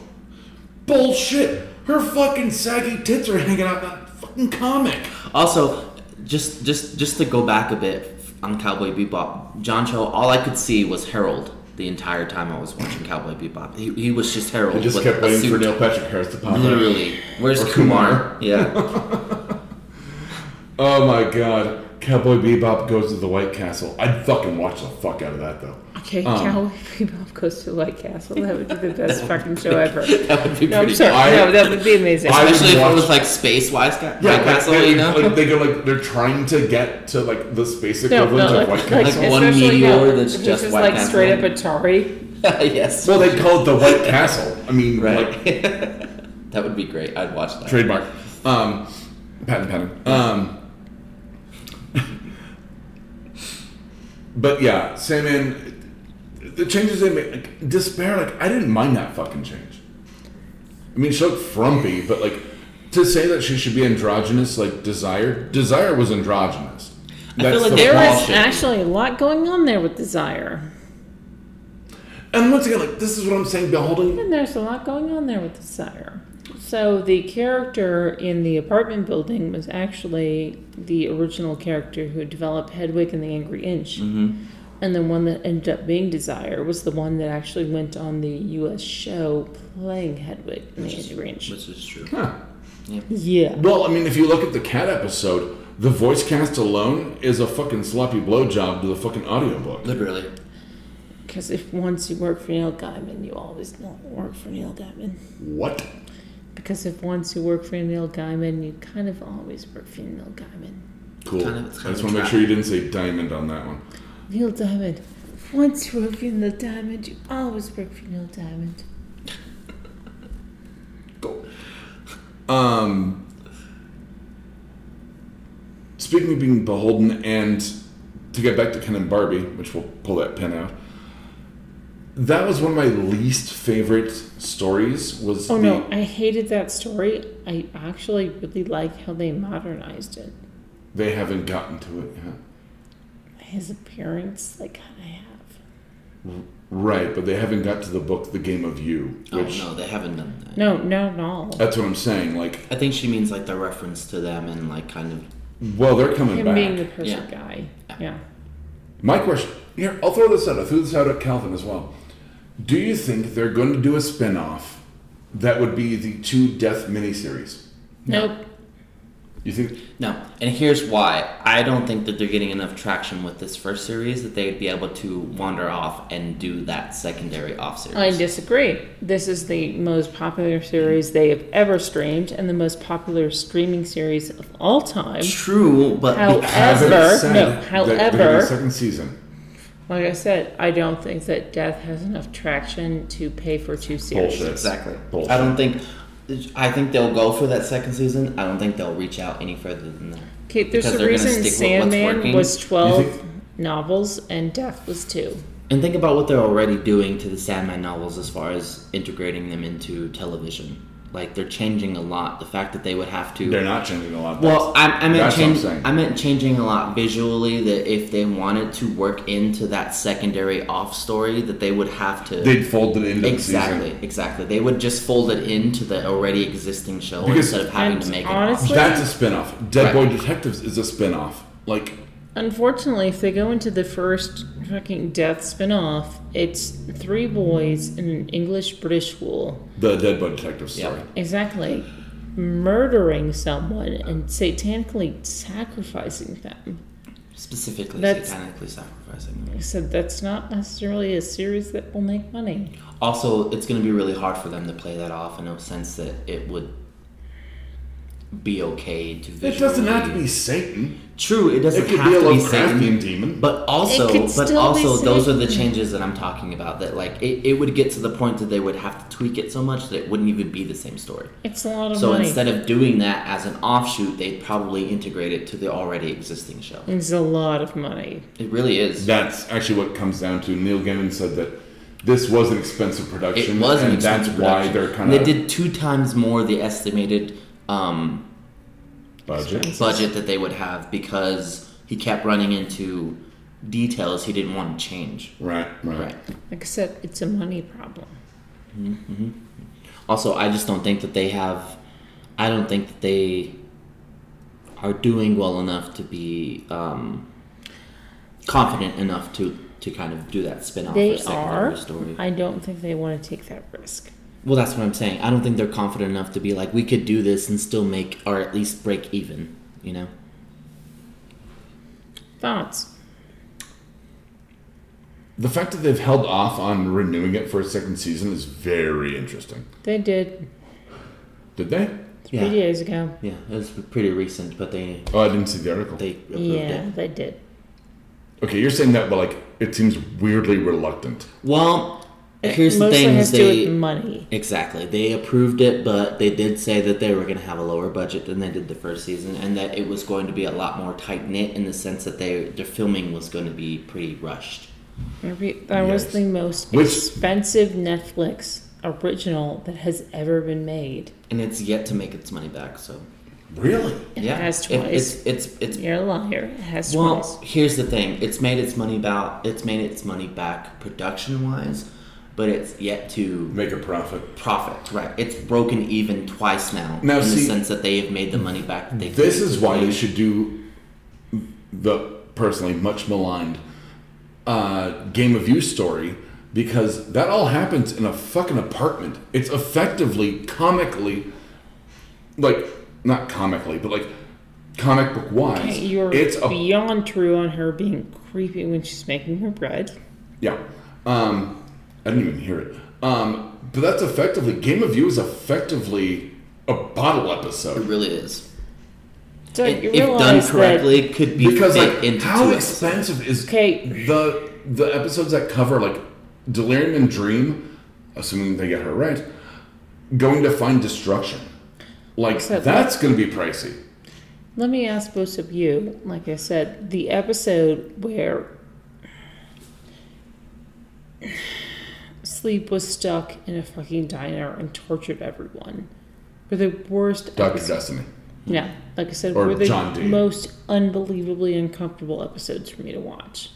Bullshit! Her fucking saggy tits are hanging out that fucking comic. Also, just just just to go back a bit on Cowboy Bebop, John Cho, all I could see was Harold the entire time I was watching Cowboy Bebop. He, he was just Harold. I just with kept a waiting for suit. Neil Patrick Harris to pop up. Literally, where's Or Kumar? Yeah, Oh my god. Cowboy Bebop goes to the White Castle. I'd fucking watch the fuck out of that though. Okay, Um. Cowboy Bebop goes to the White Castle. That would be *laughs* the best fucking show ever. that would be No, I'm pretty. sorry. I- no, that would be amazing. I- would Especially if watch- it was like space wise guy. Yeah, like, that's all they, you know. like, they go like they're trying to get to like the space no, equivalent no, of White like, Castle. like, Like one especially meteor no, that's if it's just just White like Castle. straight up Atari. *laughs* yes. well, they call it the White Castle. I mean, like right. that would be great. I'd watch that. trademark. Um, patent pending. Um, but yeah, Sandman. The changes they made, like, despair. Like I didn't mind that fucking change. I mean, she looked frumpy, but like to say that she should be androgynous, like desire. Desire was androgynous. I feel like the There there flaw. Small is shit. actually a lot going on there with Desire. And once again, like this is what I'm saying. Beholding And there's a lot going on there with Desire. So the character in the apartment building was actually the original character who developed Hedwig and the Angry Inch. Mm-hmm. And the one that ended up being Desire was the one that actually went on the US show playing Hedwig and the Angry Inch. Which is true. Huh. Yeah. Well, I mean, if you look at the cat episode, the voice cast alone is a fucking sloppy blowjob to the fucking audiobook. Literally. Because if once you work for Neil Gaiman, you always don't work for Neil Gaiman. What? Because if once you work for Neil Gaiman, you kind of always work for Neil Gaiman. Cool. Kind of- it's I kind just of want to make trap. sure you didn't say diamond on that one. Neil Diamond. Once you work for Neil Diamond, you always work for Neil Diamond. Go. Um. Speaking of being beholden, and to get back to Ken and Barbie, which we'll pull that pin out. That was one of my least favorite stories. Was Oh the no, I hated that story. I actually really like how they modernized it. they haven't gotten to it yet. His appearance, they kind of have. Right, but they haven't got to the book, The Game of You, which oh no, they haven't done that. No, not at all. that's what I'm saying. Like, I think she means like the reference to them and like kind of well, they're coming Him back. being the perfect Yeah. guy. Yeah. My question here, I'll throw this out. I threw this out at Calvin as well. Do you think they're going to do a spin off that would be the two death miniseries? Nope. You think No, and here's why. I don't think that they're getting enough traction with this first series that they'd be able to wander off and do that secondary off series. I disagree. This is the most popular series they have ever streamed and the most popular streaming series of all time. True, but How- beca- Haven't Ever, said no, that they're gonna do however- a second season. Like I said, I don't think that Death has enough traction to pay for two series. Bullshit. exactly. Bullshit. I don't think. I think they'll go for that second season. I don't think they'll reach out any further than that. Okay, there's Because a they're gonna reason stick with what's Sandman working. was You 12 think- novels and Death was two. And think about what they're already doing to the Sandman novels as far as integrating them into television. Like they're changing a lot. The fact that they would have to They're not changing a lot. Of Well, I, I meant That's what I'm change, saying. I meant changing a lot visually. That if they wanted to work into that secondary off story, that they would have to. things. they'd fold it into exactly, the season. exactly. They would just fold it into the already existing show Because- instead of having to And make it. honestly- That's a spin off. Dead Right. Boy Detectives is a spin off. Like, Unfortunately, if they go into the first fucking Death spinoff, it's three boys in an English British school. the Dead Boy Detective Yeah. story. Exactly. Murdering someone and satanically sacrificing them. specifically That's- satanically sacrificing. I said that's not necessarily a series that will make money. Also, it's going to be really hard for them to play that off in a sense that it would be okay to visually. It doesn't have to be Satan. True, it doesn't It could have be a to be Satan. Lovecraftian demon. But also, could but still be also, those are the Satan. changes that I'm talking about. That like it, it would get to the point that they would have to tweak it so much that it wouldn't even be the same story. It's a lot of So money. instead of doing that as an offshoot, they'd probably integrate it to the already existing show. it's a lot of money. It really is. That's actually what it comes down to. Neil Gaiman said that this was an expensive production, It was an and that's expensive why production. they're kind of They did two times more the estimated um, budget. budget that they would have because he kept running into details he didn't want to change. Right, right. Right. Like I said, it's a money problem. Also, I just don't think that they have. I don't think that they are doing well enough to be um, confident enough to to kind of do that spin off or They secondary are. story. I don't think they want to take that risk. Well, that's what I'm saying. I don't think they're confident enough to be like, we could do this and still make, or at least break even, you know? Thoughts? The fact that they've held off on renewing it for a second season is very interesting. They did Did they? three Yeah. days ago. Yeah, it was pretty recent, but they Oh, I didn't see the article. they approved Yeah, it. they did. Okay, you're saying that, but like, it seems weirdly reluctant. Well, here's it the mostly thing: has is to they do with money. exactly they approved it, but they did say that they were going to have a lower budget than they did the first season, and that it was going to be a lot more tight knit in the sense that they their filming was going to be pretty rushed. Every- That was Yes. the most Which- expensive Netflix original that has ever been made. And it's yet to make its money back, so Really? It yeah, has It- twice. it's it's it's You're a liar. It has Well, twice. here's the thing: it's made its money about it's made its money back production wise, but it's yet to Make a profit. profit. Right, it's broken even twice now. Now, in the see- sense that they have made the money back. That they This paid. is why they should do the personally much maligned uh, game of you story because that all happens in a fucking apartment. It's effectively comically, like not comically, but like comic book wise. Okay, You're it's a beyond true on her being creepy when she's making her bread. Yeah. Um, I didn't even hear it. Um, but that's effectively Game of You is effectively a bottle It episode really is. So It- you if done realize correctly, it could be because fit like into how two episodes. expensive is Okay. the the episodes that cover like Delirium and Dream, assuming they get her right, going to find destruction. Like Except that's going to be pricey. that, let me ask both of you. Like I said, the episode where Sleep was stuck in a fucking diner and tortured everyone. Were the worst Doctor episodes. Destiny. Yeah, like I said, Or were the John Dee. most unbelievably uncomfortable episodes for me to watch.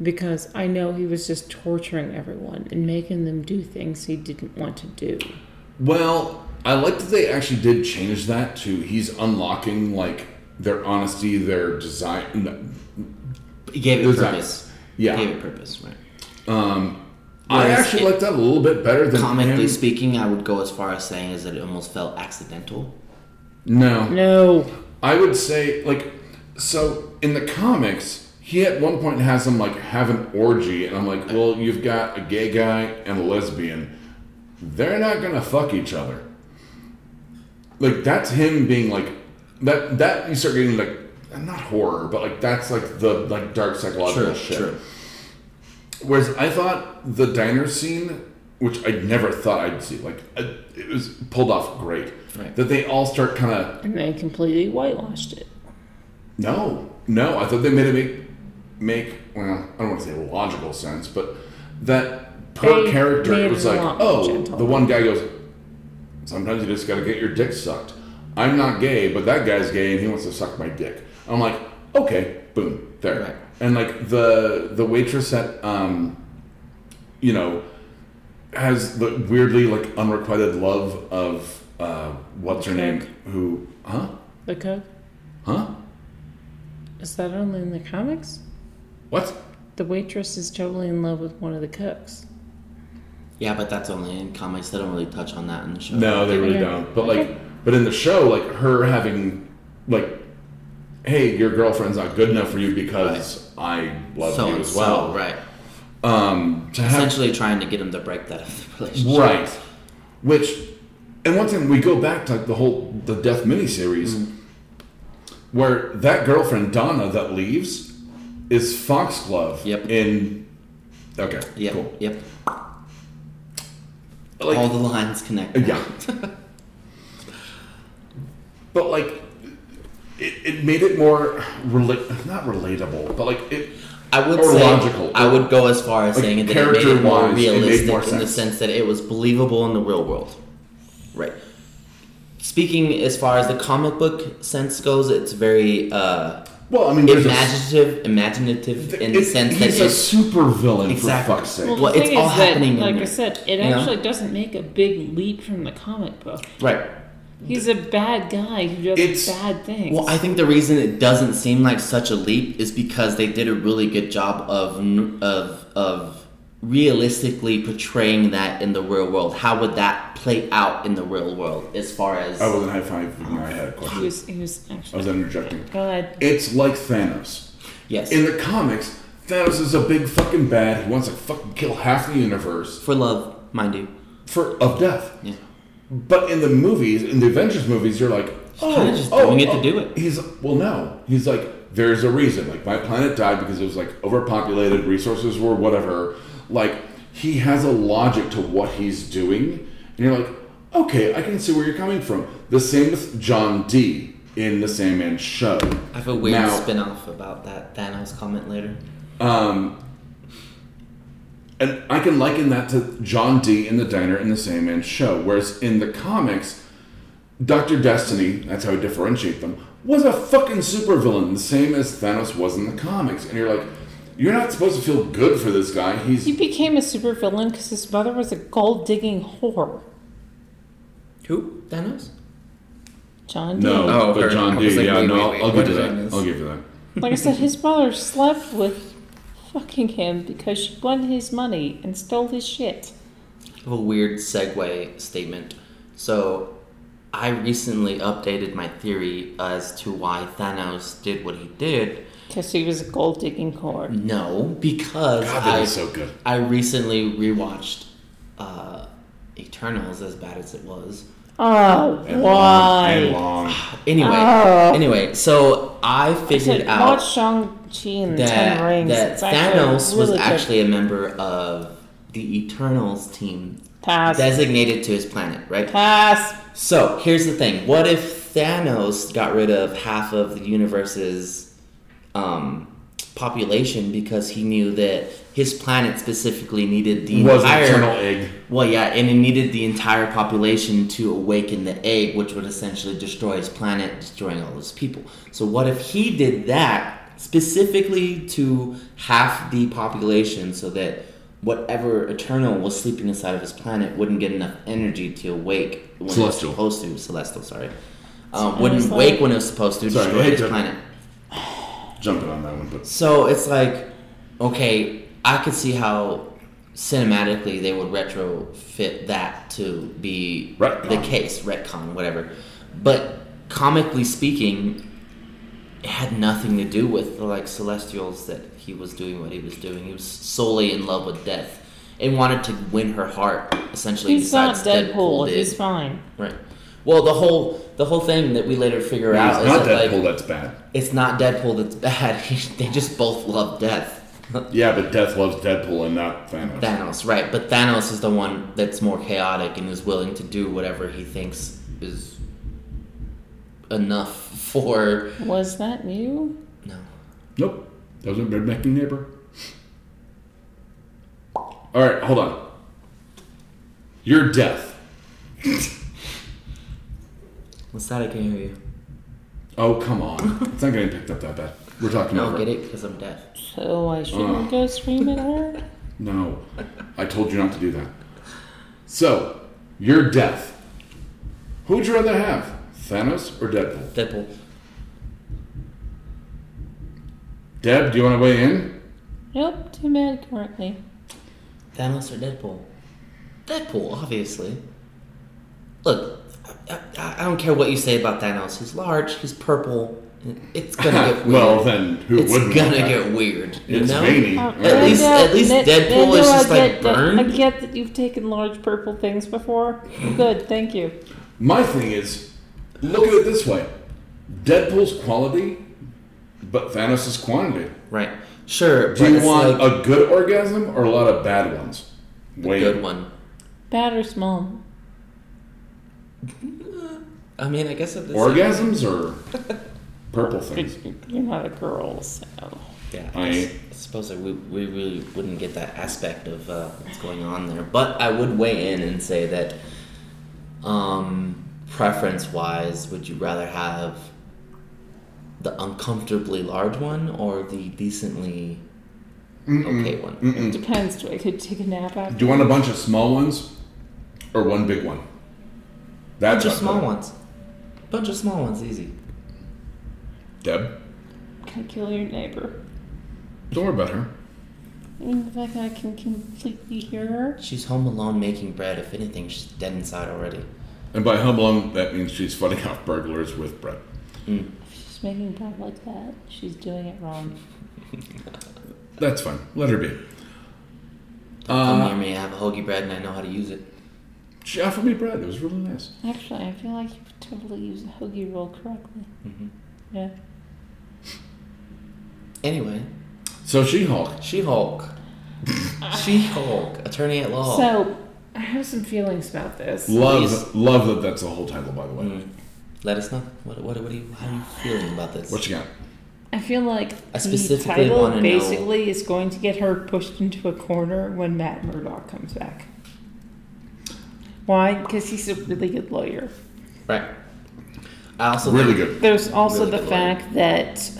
Because I know he was just torturing everyone and making them do things he didn't want to do. Well, I like that they actually did change that to he's unlocking like their honesty, their design. It gave it There's that- purpose. Yeah. It gave it purpose. Right. I Whereas actually it- like that a little bit better than Comically him. speaking, I would go as far as saying is that it almost felt accidental. No, No. I would say like so in the comics, he at one point has them like have an orgy, and I'm like, well, you've got a gay guy and a lesbian. They're not gonna fuck each other. Like that's him being like that. That you start getting like not horror, but like that's like the like dark psychological shit. Whereas I thought the diner scene, which I never thought I'd see, like I- it was pulled off great. Right. That they all start kind of And they completely whitewashed it. no, no. I thought they made it make make well, I don't want to say logical sense, but that per They character made it was it a like, lot more oh, gentle. the one guy goes. Sometimes you just got to get your dick sucked. I'm not gay, but that guy's gay and he wants to suck my dick. I'm like, okay, boom, there. Right. And like the the waitress at um, you know, has the weirdly like unrequited love of uh, what's her name? Cook. Who? Huh? The cook? Huh? Is that only in the comics? What? The waitress is totally in love with one of the cooks. Yeah, but that's only in comics. They don't really touch on that in the show. No, they really Yeah. don't. But like, Okay. but in the show, like her having like hey, your girlfriend's not good enough for you because I love so you and as so, well. right? Um, to have Essentially, trying to get him to break that *laughs* relationship. right, which, and once again, we go back to the whole the death miniseries, Mm-hmm. where that girlfriend Donna that leaves is Foxglove. Yep. In okay. Yep. Cool. Yep. Like- All the lines connect. Yeah. *laughs* but like, it, it made it more rela- not relatable, but like it. I would Or say logical. I would go as far as saying that it made it more character-wise, it made realistic more in the sense. sense that it was believable in the real world. Right. Speaking as far as the comic book sense goes, it's very uh, Well, I mean, there's a, imaginative, imaginative in the it- sense that he's a it's super villain Exactly. for fuck's sake. Well, the Well, it's thing all is that, happening in like I there, said, it you know? actually doesn't make a big leap from the comic book. right. He's a bad guy who does It's- bad things. Well, I think the reason it doesn't seem like such a leap is because they did a really good job of n- of of realistically portraying that in the real world. How would that play out in the real world as far as I wasn't high fiving. I had a he question. was, he was I actually was interjecting. God. It's like Thanos. yes In the comics, Thanos is a big fucking bad. He wants to fucking kill half the universe for love, mind you. for of death. Yeah. But in the movies, in the Avengers movies, you're like, oh, kinda just oh, doing it to oh." do it. He's well, no, he's like, there's a reason. Like my planet died because it was like overpopulated, resources were whatever. Like he has a logic to what he's doing, and you're like, okay, I can see where you're coming from. The same with John D in the Sandman show. I have a weird Now- spin-off about that Thanos comment later. Um, and I can liken that to John D in the diner in the Sandman show. Whereas in the comics, Dr. Destiny, that's how I differentiate them, was a fucking supervillain, the same as Thanos was in the comics. And you're like, you're not supposed to feel good for this guy. He's He became a supervillain because his mother was a gold digging whore. Who? Thanos? John *laughs* did. no, Oh, but her- John I D. was like, yeah, wait, no, wait, wait, I'll what give you is that. this? I'll give you that. Like I said, his mother slept with fucking him because she wanted his money and stole his shit. I have a weird segue statement. So, I recently updated my theory as to why Thanos did what he did. Because he was a gold digging whore. No, because God, I that is so good. I recently rewatched uh, Eternals, as bad as it was. Oh, And long, why? and long. Anyway, Oh. anyway, so I figured Said, out watch Shang-Chi and the Ten that, Rings. that It's actually Thanos was really good. actually a member of the Eternals team Pass. designated to his planet, right? Pass. So here's the thing: what if Thanos got rid of half of the universe's um, population because he knew that his planet specifically needed the Was an entire eternal egg. Well, yeah, and it needed the entire population to awaken the egg, which would essentially destroy his planet, destroying all his people. So, what if he did that specifically to half the population so that whatever eternal was sleeping inside of his planet wouldn't get enough energy to awake when Celestial. it was supposed to? Celestial, sorry. Um, I wouldn't was like- wake when it was supposed to, Sorry, destroy I his don't- planet. Jumping on that one, but So it's like, okay, I could see how cinematically they would retrofit that to be Retcon. the case, retcon, whatever. But comically speaking, it had nothing to do with the like Celestials that he was doing what he was doing. He was solely in love with death and wanted to win her heart. Essentially, He's not besides Deadpool. did. He's fine. right. Well, the whole the whole thing that we later figure out it's is not that, Deadpool. like that's bad. it's not Deadpool that's bad. *laughs* they just both love death. *laughs* Yeah, but Death loves Deadpool and not Thanos. Thanos, right? But Thanos is the one that's more chaotic and is willing to do whatever he thinks is enough *laughs* for. Was that you? No, Nope. That was my bread making neighbor. All right, hold on. Your death. what's that? I can hear you. Oh, come on. it's not getting picked up that bad. We're talking No, over. get it because I'm deaf. So I shouldn't go scream at her? No. I told you not to do that. So, your death. Who would you rather have? Thanos or Deadpool? Deadpool. Deb, do you want to weigh in? Nope, too mad currently. Thanos or Deadpool? Deadpool, obviously. Look, I, I, I don't care what you say about Thanos. He's large. He's purple. It's gonna *laughs* get weird. well, then who it's wouldn't? gonna get weird. You It's know? veiny. Oh, right? At least, Nando- at least Nan- Deadpool Nando, is just I like get that- I burned. get that you've taken large purple things before. Good, thank you. My thing is, look at it this way: Deadpool's quality, but Thanos' quantity. Right. Sure. Do but you it's want like a good orgasm or a lot of bad ones? a Wait, good one? Bad or small? I mean, I guess at this orgasms or *laughs* purple things? You're not a girl, so. Yeah, I- I, s- I suppose that we, we really wouldn't get that aspect of uh, what's going on there. But I would weigh in and say that, um, preference wise, would you rather have the uncomfortably large one or the decently okay one? Depends. Do I could take a nap after? Do you want a bunch of small ones or one big one? That's Bunch of up to small them. ones. Bunch of small ones, easy. Deb, Can I kill your neighbor? don't worry about her. I mean, the fact that I can completely hear her. She's home alone making bread. If anything, she's dead inside already. And by home alone, that means she's fighting *laughs* off burglars with bread. If she's making bread like that, she's doing it wrong. That's fine. Let her be. Come Um, near me, I have a hoagie bread and I know how to use it. she offered me bread. It was really nice. Actually, I feel like you totally used the hoagie roll correctly. hmm Yeah. Anyway, So She Hulk. She *laughs* Hulk. she Hulk, attorney at law. So, I have some feelings about this. Love, Please. love that that's the whole title, by the way. Mm. Let us know. What, what, what are you, how are you feeling about this? What you got? I feel like I the specifically wanna title know- basically is going to get her pushed into a corner when Matt Murdock comes back. Why? Because he's a really good lawyer. right. I also Really think- good. There's also Really the good lawyer. fact that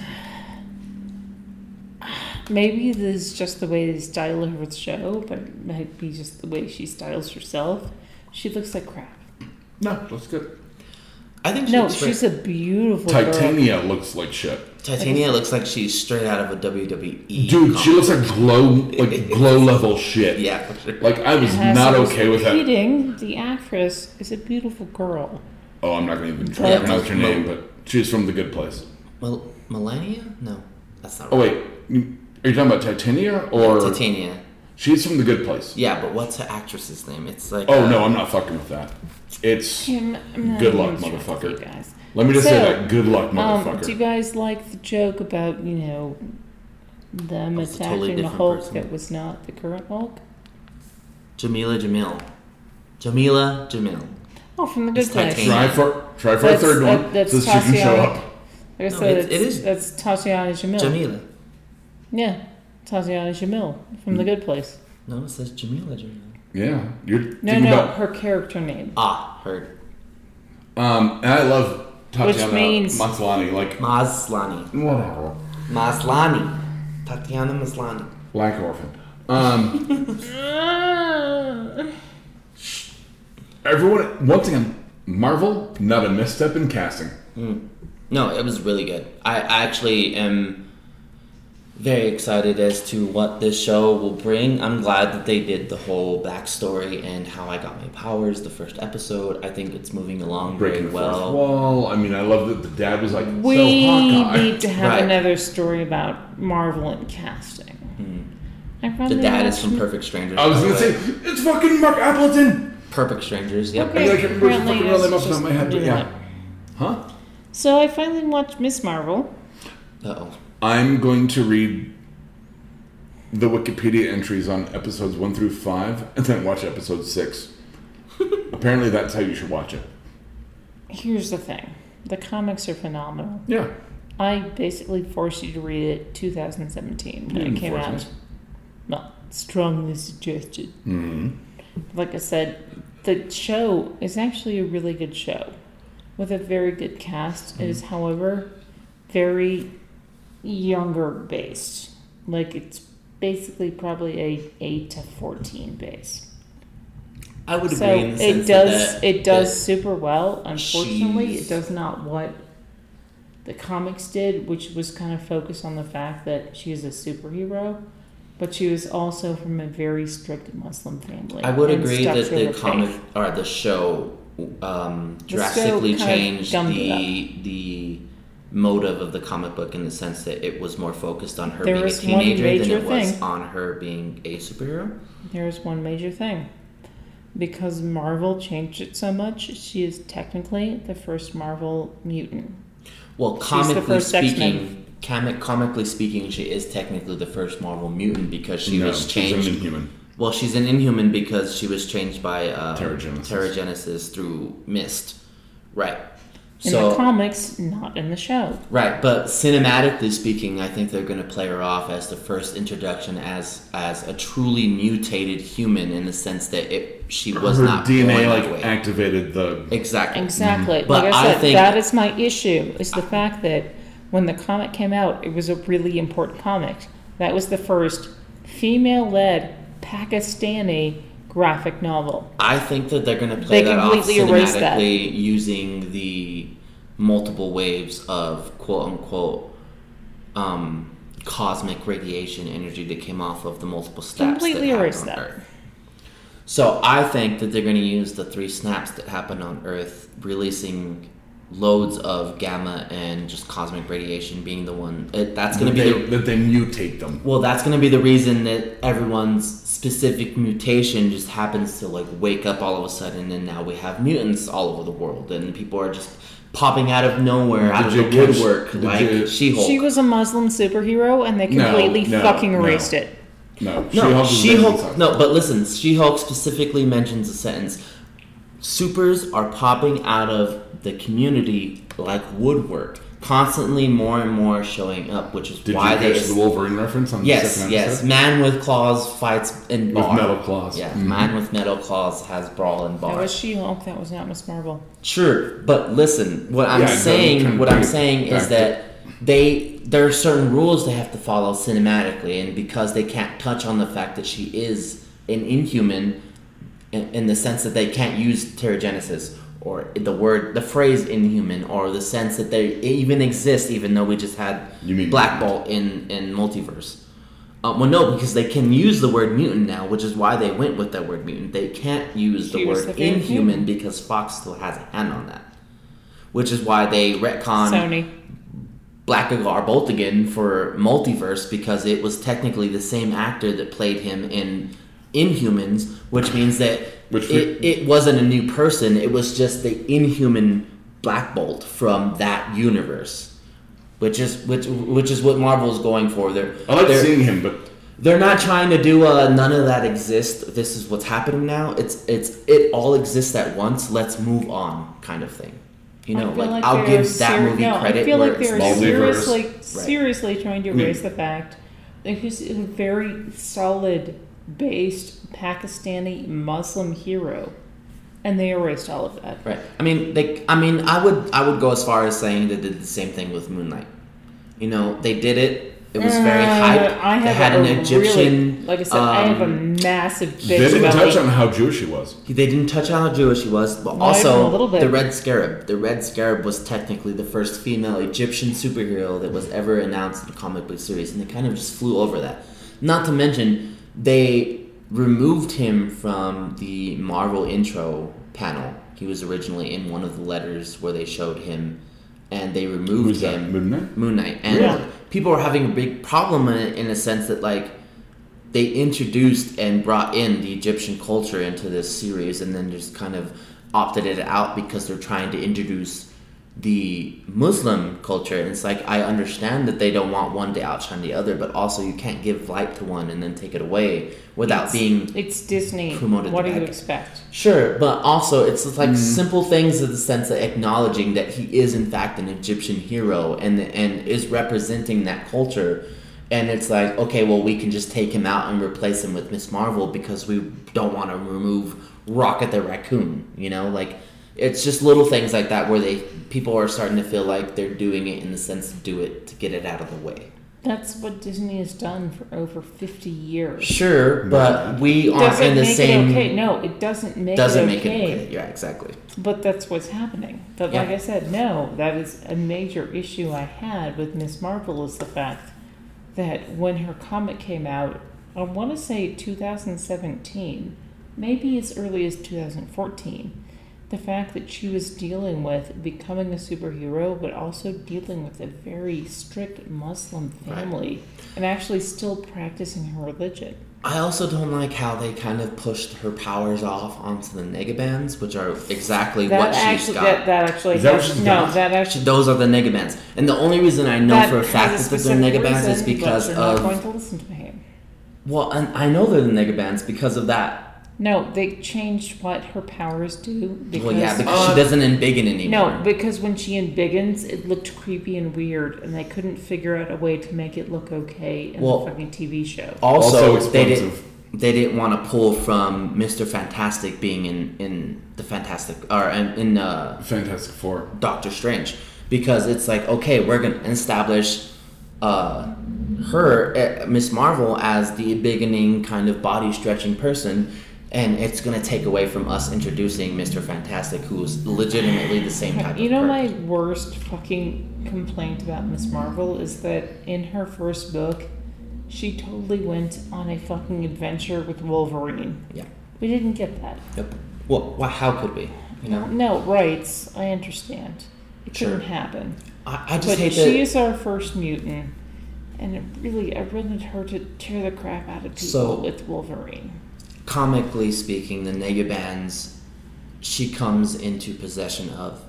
maybe this is just the way they style her with show, but it might be just the way she styles herself. She looks like crap. No, that's good. I think she No, looks great. she's a beautiful girl. Titania looks like shit. Titania looks like she's straight out of a WWE. Dude, she comic. looks like glow, like glow level shit. E *laughs* Yeah, for sure. Like I was As not I was okay with that. repeating, The actress is a beautiful girl. Oh, I'm not gonna even try to But- pronounce her name, but she's from the good place. Mel- Melania? No, that's not Oh right. wait, you- are you talking about Titania or Titania. she's from the good place? Yeah, but what's her actress's name? It's like. Oh uh, no, I'm not fucking with that. It's Kim, I'm not Good even luck, sure if motherfucker. You guys. let me just say So, that. Good luck, Um, motherfucker. do you guys like the joke about you know them That's a attacking totally the different Hulk person. that was not the current Hulk? Jamila Jamil. Jamila Jamil. Oh, from the Good It's Place. Titanic. try for try for a third that- one. that's so she can show Tatiana. up. Like I No, said, it's- it it's- is- that's Tatiana Jamil. Jamila. Yeah, Tatiana Jamil from Hmm. the Good Place. No, it says Jamila Jamil. Yeah, you're No, thinking no, about. her character name. Ah, heard. Um, and I love Tatiana means- Maslany. Like Maslani. whatever, Maslani. Tatiana Maslani. black orphan. Um. *laughs* Everyone, once again, Marvel, not a misstep in casting. No, it was really good. I actually am very excited as to what this show will bring. I'm glad that they did the whole backstory and how I got my powers the first episode. I think it's moving along Breaking very the fourth well. wall. I mean, I love that the dad was like, We so Hawkeye. need to have Right. another story about Marvel and casting. I'd rather Hmm. The dad watch is from Perfect Strangers. *laughs* I was by the gonna say, way. it's fucking Mark Appleton. Perfect Strangers. Yep. I mean, I can't remember his Apparently fucking real it's name off the top of my head, but just- yeah. Huh? So I finally watched Miss Marvel. Uh-oh. I'm going to read the Wikipedia entries on episodes one through five, and then watch episode six. Apparently, that's how you should watch it. Here's the thing the comics are phenomenal. Yeah. I basically forced you to read it 2017 when it didn't came force out. me. Well, strongly suggested. hmm Like I said, the show is actually a really good show with a very good cast. It is, however, very younger based. Like it's basically probably a 8 to 14 base. I would So agree in the it sense does that it does super well. she's- Unfortunately, it does not what the comics did, which was kind of focused on the fact that she is a superhero, but she was also from a very strict Muslim family. I would and agree that stuck to the her comic faith. or the show um, drastically kind of changed gummed it the the motive of the comic book in the sense that it was more focused on her There being a was one teenager than major it was thing. on her being a superhero. There is one major thing. Because Marvel changed it so much, she is technically the first Marvel mutant. Well, She's the comically first X-Men. speaking, comic, comically speaking, she is technically the first Marvel mutant because she no, was she's an changed. inhuman. well, she's an Inhuman because she was changed by um, Terrigenesis. Terrigenesis through mist, right? In the comics, not in the show. Right, but cinematically speaking, I think they're going to play her off as the first introduction as as a truly mutated human in the sense that it she was Her not DNA born like that way. activated the. exactly. Exactly. But like I I said, think- that is my issue, is the fact that when the comic came out, it was a really important comic. That was the first female led Pakistani graphic novel. I think that they're going to play They that off completely erased that. cinematically using the multiple waves of quote unquote um, cosmic radiation energy that came off of the multiple snaps. Completely that erased erased that. Earth. So I think that they're going to use the three snaps that happened on Earth, releasing loads of gamma and just cosmic radiation being the one. It, that's going to be they, the, that they mutate them. well, that's gonna be the reason that everyone's specific mutation just happens to like wake up all of a sudden, and now we have mutants all over the world, and people are just popping out of nowhere, out Did of the you catch- woodwork, did you- like She-Hulk. She was a Muslim superhero, and they completely no, fucking no. erased it. No, She-Hulk no, is amazing She-Hulk. soccer. No, but listen, She-Hulk specifically mentions a sentence: "Supers are popping out of the community like woodwork, constantly more and more showing up," which is Did why you they catch the Wolverine reference on the Yes, second episode? yes. Man with claws fights in bar. metal claws. Yeah, Mhm. man with metal claws has brawl and That bar. was She Hulk, that was not Miss Marvel. sure, but listen, what I'm Yeah, no, saying, turn- what turn I'm it saying is back. that they there are certain rules they have to follow cinematically, and because they can't touch on the fact that she is an inhuman, in, in the sense that they can't use pterogenesis or the word, the phrase inhuman, or the sense that they even exist, even though we just had You mean Black Bolt in in multiverse. Uh, well, no, because they can use the word mutant now, which is why they went with that word mutant. They can't use the She was word the very inhuman because Fox still has a hand on that, which is why they retcon Sony. Black Agar Boltigan for Multiverse because it was technically the same actor that played him in Inhumans, which means that Which it, it wasn't a new person, it was just the Inhuman Black Bolt from that universe. Which is which which is what Marvel's going for. They're I like they're, seeing him, but they're not trying to do a none of that exists. This is what's happening now. It's it's it all exists at once. Let's move on, kind of thing. You know, I feel like, I'll they're give that ser- movie no, credit I feel where like it's Mm-hmm. they're Multiverse. seriously, Right. seriously trying to erase the fact that he's a very solid, based Pakistani Muslim hero, and they erased all of that. Right. I mean, they. I mean, I would. I would go as far as saying they did the same thing with Moonlight. You know, they did it. It was very Uh, hype. I have they had a an Egyptian. Really, like I said, I have a um, massive bitch they didn't about touch me. on how Jewish he was. They didn't touch on how Jewish he was, but Not even a also little bit. the Red Scarab. The Red Scarab was technically the first female Egyptian superhero that was ever announced in a comic book series, and they kind of just flew over that. Not to mention, they removed him from the Marvel intro panel. He was originally in one of the letters where they showed him, and they removed Who's that? him. Moon Knight? Moon Knight, and Yeah. people are having a big problem in, it in a sense that like they introduced and brought in the Egyptian culture into this series, and then just kind of opted it out because they're trying to introduce the Muslim culture. And it's like I understand that they don't want one to outshine the other, but also you can't give light to one and then take it away without being It's Disney. Promoted What do you back. expect? Sure, Mm. but also it's just like simple things in the sense of acknowledging that he is in fact an Egyptian hero and and is representing that culture. And it's like, okay, well, we can just take him out and replace him with Miss Marvel because we don't want to remove Rocket the Raccoon. You know, like it's just little things like that where they people are starting to feel like they're doing it in the sense to do it to get it out of the way. That's what Disney has done for over 50 years. Sure, but we aren't Doesn't in the make same. it okay. No, it doesn't make Doesn't it make okay. it okay. Yeah, exactly. But that's what's happening. But like Yeah. I said, no, that is a major issue I had with Miss Marvel is the fact that when her comic came out, I want to say 2017, maybe as early as 2014, the fact that she was dealing with becoming a superhero, but also dealing with a very strict Muslim Right. family and actually still practicing her religion. I also don't like how they kind of pushed her powers off onto the negabands, which are exactly That what she's actually, got. that, that actually, Is that what has- she's no, got? that Actually, actually. Those are the negabands. And the only reason I know that for a has fact that they're specific negabands is reason, but because they're not of going to listen to him. well, and I know they're the negabands because of that. No, they changed what her powers do because well, yeah, because Uh, she doesn't embiggen anymore. No, because when she embiggens, it looked creepy and weird, and they couldn't figure out a way to make it look okay in Well- the fucking TV show. also, Also they didn't expensive. they didn't want to pull from Mister Fantastic being in in the Fantastic or in, in uh, Fantastic Four. Doctor Strange because it's like okay, we're gonna establish uh, her uh, Miss Marvel as the beginning kind of body stretching person. And it's gonna take away from us introducing Mister Fantastic, who's legitimately the same type. You of know, person. my worst fucking complaint about Miss Marvel is that in her first book, she totally went on a fucking adventure with Wolverine. yeah. We didn't get that. Yep. Well, why, how could we? You know, No, rights, I understand. It Sure. couldn't happen. I, I just But hate she that. is our first mutant, and it really, I wanted her to tear the crap out of people So- with Wolverine. Comically speaking, the Negabands, she comes into possession of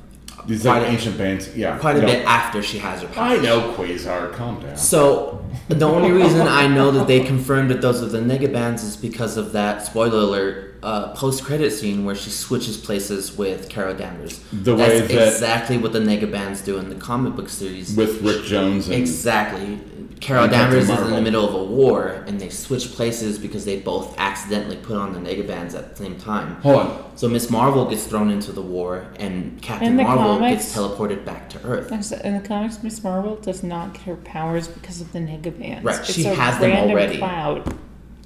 These Quite like a- ancient bands. Yeah. quite a no. bit after she has her power. I know Quasar. Calm down. So the only reason I know that they confirmed that those are the Negabands is because of that spoiler alert uh, post-credit scene where she switches places with Carol Danvers. The That's way that- exactly what the Negabands do in the comic book series. With Rick Jones and Exactly. Carol And Danvers Captain is in the Marvel. middle of a war, and they switch places because they both accidentally put on the negabands at the same time. hold on. So Miss Marvel gets thrown into the war, and Captain In the Marvel comics- gets teleported back to Earth. There's- In the comics, Miss Marvel does not get her powers because of the negabands. Right, It's she a has them random already. Cloud.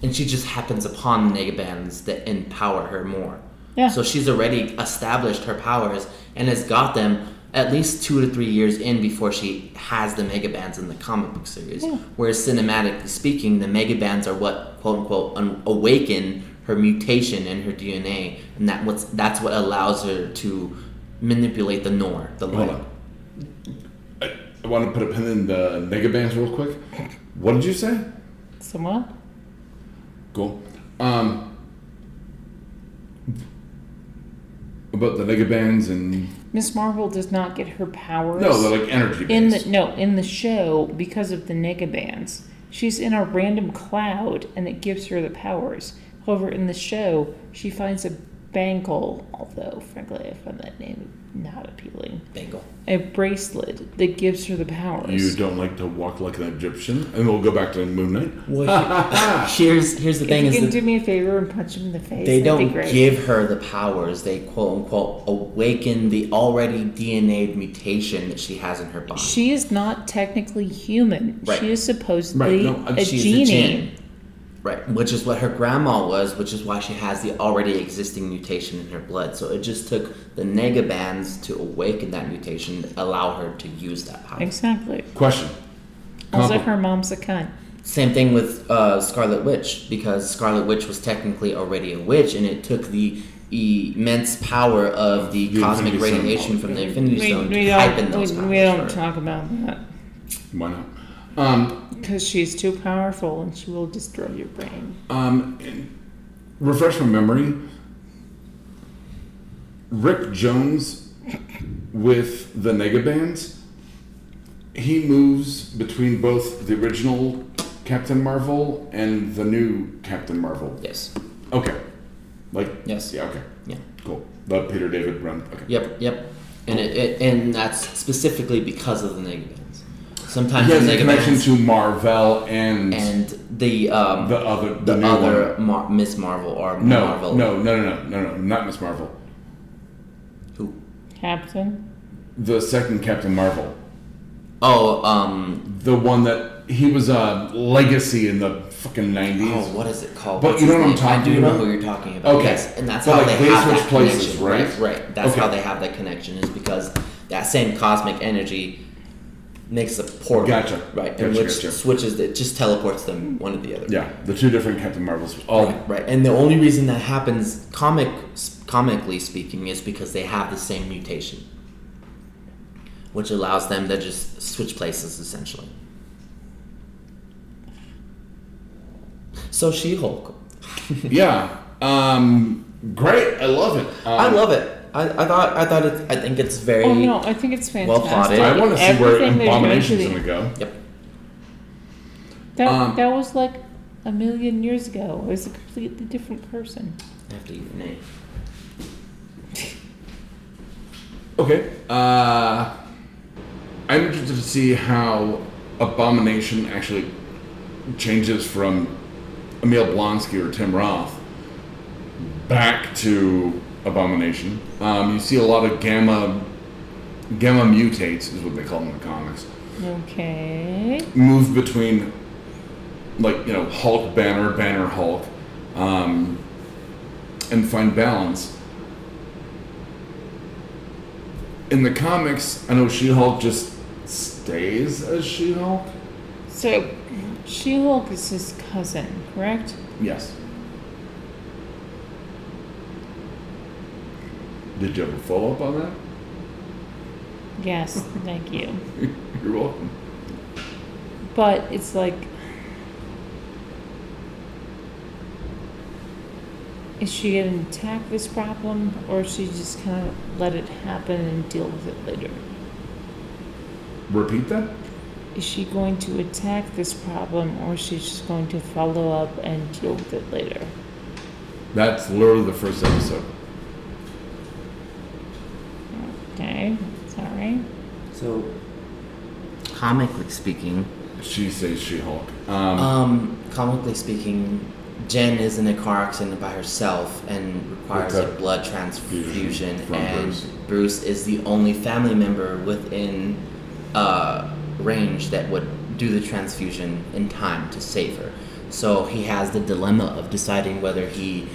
And she just happens upon the negabands that empower her more. Yeah. So she's already established her powers and has got them at least two to three years in before she has the megabands in the comic book series. Yeah. Whereas cinematically speaking, the megabands are what quote unquote un- awaken her mutation in her DNA, and that what's that's what allows her to manipulate the Nor, the Hold light. on. I, I want to put a pin in the nega bands real quick. What did you say? Someone? Cool. Um, about the nega bands and Miss Marvel does not get her powers no, they're like energy in bands. the no in the show because of the negabands. She's in a random cloud and it gives her the powers. However, in the show, she finds a bangle. Although, frankly, I find that name not appealing. Bangle. A bracelet that gives her the powers. you don't like to walk like an Egyptian, and we'll go back to Moon Knight. *laughs* here's here's the If thing you is can that do me a favor and punch him in the face, they that'd be don't great. give her the powers. They quote unquote awaken the already DNA mutation that she has in her body. She is not technically human. Right. She is supposedly Right, no, a she's genie. a genie. Right, which is what her grandma was, which is why she has the already existing mutation in her blood. So it just took the negabands to awaken that mutation, to allow her to use that power. Exactly. Question. Also, Compli- her mom's a cunt. Same thing with uh, Scarlet Witch, because Scarlet Witch was technically already a witch, and it took the immense power of the, The cosmic Infinity Stone. radiation from the Infinity We, Stone we to don't, hypen those we, powers. we don't for her. talk about that Why not? Um, because she's too powerful and she will destroy your brain. Um, and refresh my memory. Rick Jones with the Negabands. He moves between both the original Captain Marvel and the new Captain Marvel. Yes. Okay. Like Yes. Yeah. Okay. Yeah. Cool. The Peter David run. Okay. Yep, yep. And it, it and that's specifically because of the negabands. Sometimes He has the a connection negabands to Marvel and, and the um the other the, the new other one. Mar- Miss Marvel or No, Marvel. no, no, no, no, no, no, not Miss Marvel. Who? Captain, The second Captain Marvel. Oh, um the one that he was a legacy in the fucking oh, nineties. what is it called? But What's you know his what I'm name? I talking do know about? who you're talking about. Okay. Yes, and that's But, how like, they they have switch that places, connection, right? Right. right. That's Okay. how they have that connection is because that same cosmic energy makes a portal. Gotcha. Right. and Gotcha, which gotcha. switches it just teleports them one to the other. Yeah, the two different Captain Marvels. Oh, Right, right. And the only reason that happens comic s- comically speaking, is because they have the same mutation, which allows them to just switch places essentially. So She Hulk. yeah. Um, great. I love it. Um, *laughs* I love it. I, I thought I thought it. I think it's very. Oh no, I think it's Well fantastic. plotted. I want to see where Everything they're doing to Abomination's the- going to go. Yep. That, Um, that was like a million years ago. It was a completely different person. I have to eat your name. Okay. Uh, I'm interested to see how Abomination actually changes from Emil Blonsky or Tim Roth back to Abomination. Um, you see a lot of gamma gamma mutates is what they call them in the comics. Okay. Move between like you know Hulk Banner Banner Hulk, um, and find balance. In the comics, I know She Hulk just stays as She Hulk. So, She Hulk is his cousin, correct? Yes. Did you have a follow up on that? Yes, thank you. You're welcome. But it's like. Is she going to attack this problem, or is she just kind of let it happen and deal with it later? Repeat that. Is she going to attack this problem, or is she just going to follow up and deal with it later? That's literally the first episode. Okay, sorry. So, comically speaking, She says She Hulk. Um, um, comically speaking, Jen is in a car accident by herself and requires With a a blood transfusion, fusion from and Bruce. Bruce. is the only family member within uh, range that would do the transfusion in time to save her. So he has the dilemma of deciding whether he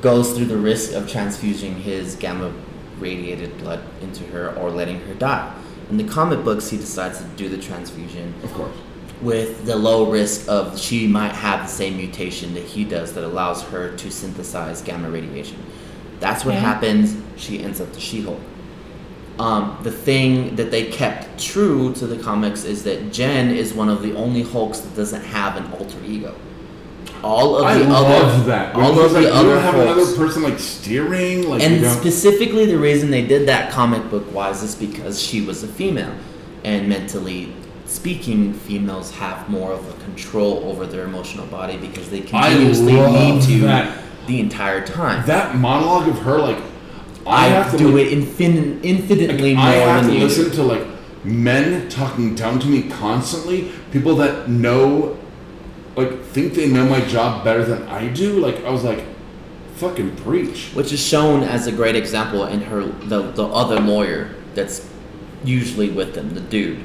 goes through the risk of transfusing his gamma radiated blood into her or letting her die. In the comic books, he decides to do the transfusion of course. with the low risk of she might have the same mutation that he does that allows her to synthesize gamma radiation. That's what Okay. happens. She ends up the She-Hulk. Um, the thing that they kept true to the comics is that Jen is one of the only Hulks that doesn't have an alter ego. All of I the love other, that. all Because, of the like, you other don't have Hulks, another person like steering, like you and don't- specifically, the reason they did that comic book wise is because she was a female, and mentally speaking, females have more of a control over their emotional body because they I continuously love need to that. the entire time. that monologue of her, like I, have to do like, it infin- infinitely Like, more I have than to you. listen do. to like men talking down to me constantly. People that know, like, think they know my job better than I do. Like, I was like, fucking preach. Which is shown as a great example in her the, the other lawyer that's usually with them, the dude.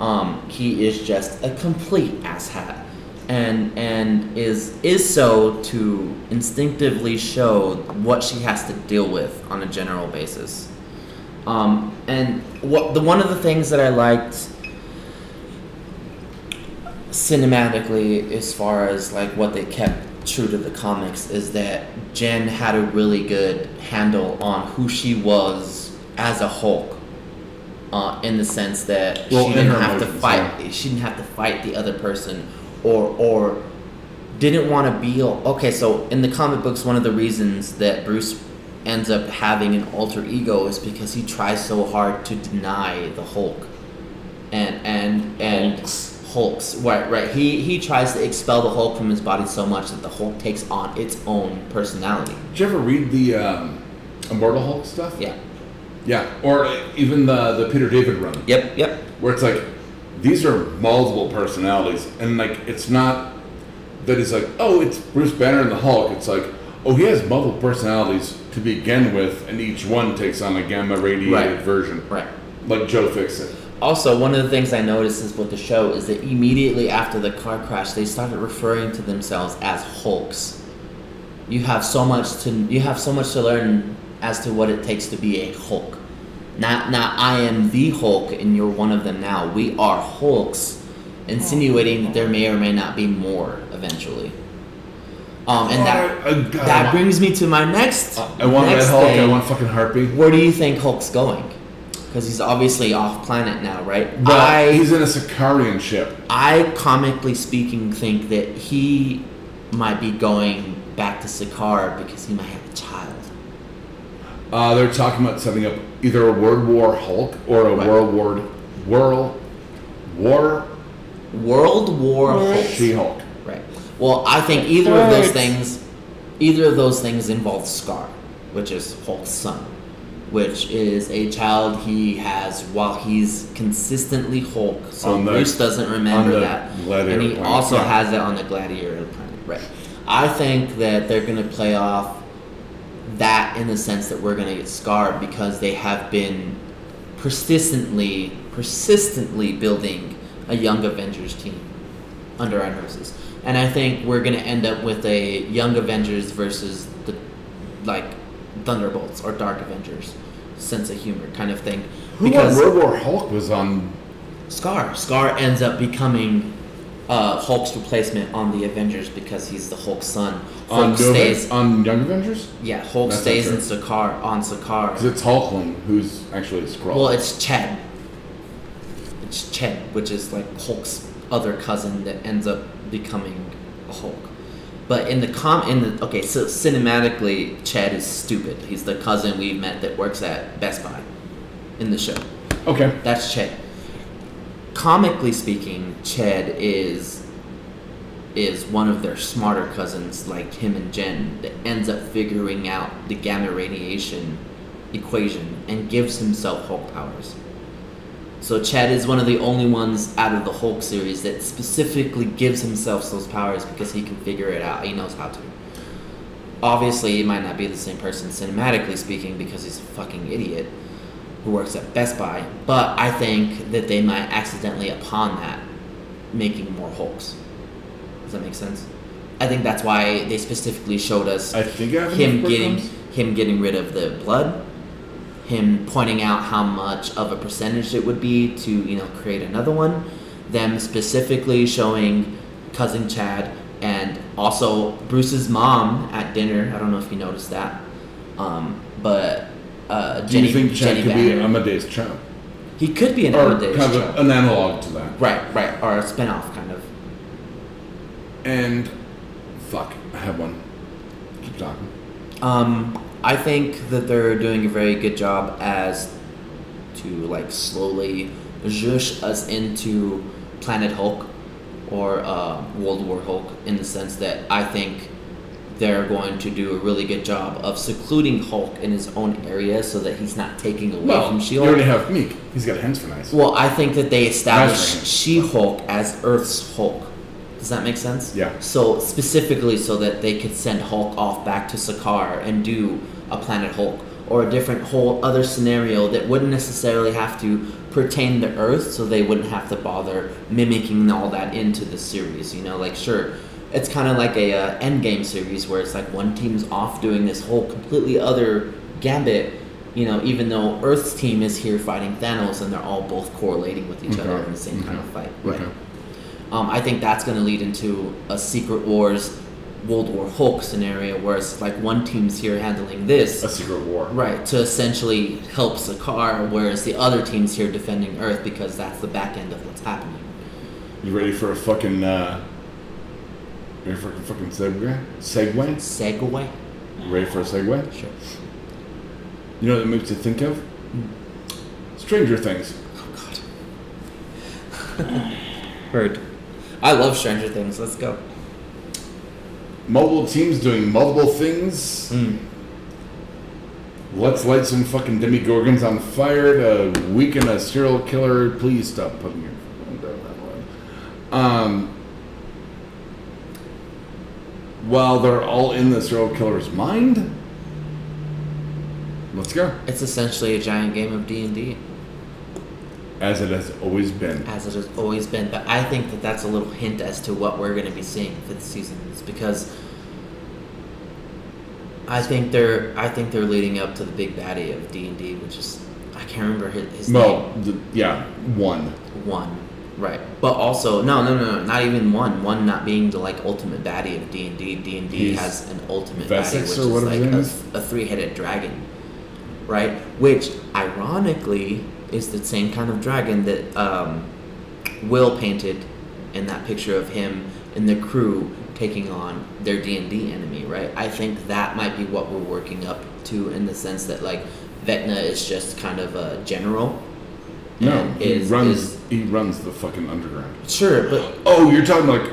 Um, he is just a complete asshat, and and is is so to instinctively show what she has to deal with on a general basis. Um, and what the one of the things that I liked cinematically as far as like what they kept true to the comics is that Jen had a really good handle on who she was as a Hulk. Uh, in the sense that Well, she in didn't her have to emotions, fight she didn't have to fight the other person or or didn't want to be okay so in the comic books one of the reasons that bruce ends up having an alter ego is because he tries so hard to deny the hulk and and and Hulks. hulks right right he he tries to expel the hulk from his body so much that the hulk takes on its own personality Did you ever read the um, Immortal Hulk stuff? yeah Yeah, or even the the Peter David run. yep yep where it's like these are multiple personalities and like it's not that it's like oh it's bruce banner and the hulk it's like oh he has multiple personalities to begin with and each one takes on a gamma radiated Right. version right like joe fixit Also, one of the things I noticed is with the show is that immediately after the car crash, they started referring to themselves as Hulks. You have so much to you have so much to learn as to what it takes to be a Hulk. Not not I am the Hulk and you're one of them now. We are Hulks, insinuating that there may or may not be more eventually. Um, and that Oh, God. that brings me to my next. I want Red next Hulk. I thing. want fucking Harpy. Where do you think Hulk's going? Because he's obviously off planet now, right? But I he's in a Sicarian ship. I comically speaking think that he might be going back to Sakaar because he might have a child. Uh, they're talking about setting up either a World War Hulk or a Right. World War World War World War World- Hulk. She Hulk. Right. Well, I think either of those Words. things, either of those things involves Scar, which is Hulk's son, which is a child he has while he's consistently Hulk. So On the- Bruce doesn't remember on the that, gladiator and he planet, also yeah. has it on the gladiator planet. Right. I think that they're gonna play off that in the sense that we're gonna get Scar because they have been persistently, persistently building a young Avengers team under our noses. And I think we're gonna end up with a Young Avengers versus the like Thunderbolts or Dark Avengers sense of humor kind of thing. Who on World War Hulk was on? Scar. Scar ends up becoming uh, Hulk's replacement on the Avengers because he's the Hulk's son. Hulk On, Nova- stays. on Young Avengers? yeah, Hulk That's stays not in Sakaar on Sakaar. Because it's Hulkling, who's actually a Skrull. Well, it's Chad. It's Chad, which is like Hulk's other cousin that ends up becoming a Hulk. But in the com, in the okay, so cinematically, Chad is stupid. He's the cousin we met that works at Best Buy, in the show. okay. That's Ched. Comically speaking, Ched is is one of their smarter cousins, like him and Jen, that ends up figuring out the gamma radiation equation and gives himself Hulk powers. So Chad is one of the only ones out of the Hulk series that specifically gives himself those powers because he can figure it out. He knows how to. Obviously, he might not be the same person cinematically speaking because he's a fucking idiot who works at Best Buy, but I think that they might accidentally upon that making more Hulks. Does that make sense? I think that's why they specifically showed us I think I have him enough getting breadcrumbs. him getting rid of the blood, him pointing out how much of a percentage it would be to you know create another one, them specifically showing cousin Chad and also Bruce's mom at dinner. I don't know if you noticed that, um, but uh, Do Jenny, you think Chad Jenny could Banner, be Amadeus Chow? he could be an Or Amadeus. kind of Cho. a- an analog to that. right, right, or a spinoff kind of. And fuck, I have one. Keep talking. Um, I think that they're doing a very good job as to like slowly zhoosh us into Planet Hulk or uh, World War Hulk in the sense that I think they're going to do a really good job of secluding Hulk in his own area so that he's not taking away Well, from you Shield. already have Meek. He's got hands for nice. Well, I think that they That's established right. She Hulk as Earth's Hulk. Does that make sense? Yeah. So specifically, so that they could send Hulk off back to Sakaar and do a Planet Hulk or a different whole other scenario that wouldn't necessarily have to pertain to Earth, so they wouldn't have to bother mimicking all that into the series. You know, like sure. It's kind of like a uh, Endgame series where it's like one team's off doing this whole completely other gambit, you know, even though Earth's team is here fighting Thanos and they're all both correlating with each Okay, other Mm-hmm. in the same kind of fight. Right. Okay. Um, I think that's going to lead into a Secret Wars, World War Hulk scenario where it's like one team's here handling A this, secret war. right, to essentially help Sakaar, whereas the other team's here defending Earth because that's the back end of what's happening. You ready for a fucking uh ready for a fucking segue? Segway? Segway? Ready for a segue? Sure. You know what it makes you think of? Hmm. Stranger Things. Oh, God. *laughs* Heard. I love Stranger Things. Let's go. Multiple teams doing multiple things. Let's light some fucking demigorgons on fire to weaken a serial killer. Please stop putting your phone down that way. Um, while they're all in the serial killer's mind, let's go. It's essentially a giant game of D&D. As it has always been. as it has always been. But I think that that's a little hint as to what we're going to be seeing for the season. It's because I think they're I think they're leading up to the big baddie of D and D, which is I can't remember his, his Well, the, yeah, one. name. One. Right, but also no, no, no, no, not even one. One not being the like ultimate baddie of D and D. D and D He's has an ultimate Vessex baddie, which or is whatever like his a, name is? a three-headed dragon, right? Which ironically is the same kind of dragon that um, Will painted in that picture of him and the crew taking on their D and D enemy, right? I think that might be what we're working up to in the sense that like Vecna is just kind of a general. No, and he is- runs. is- he runs the fucking underground. Sure, but Oh, you're talking like,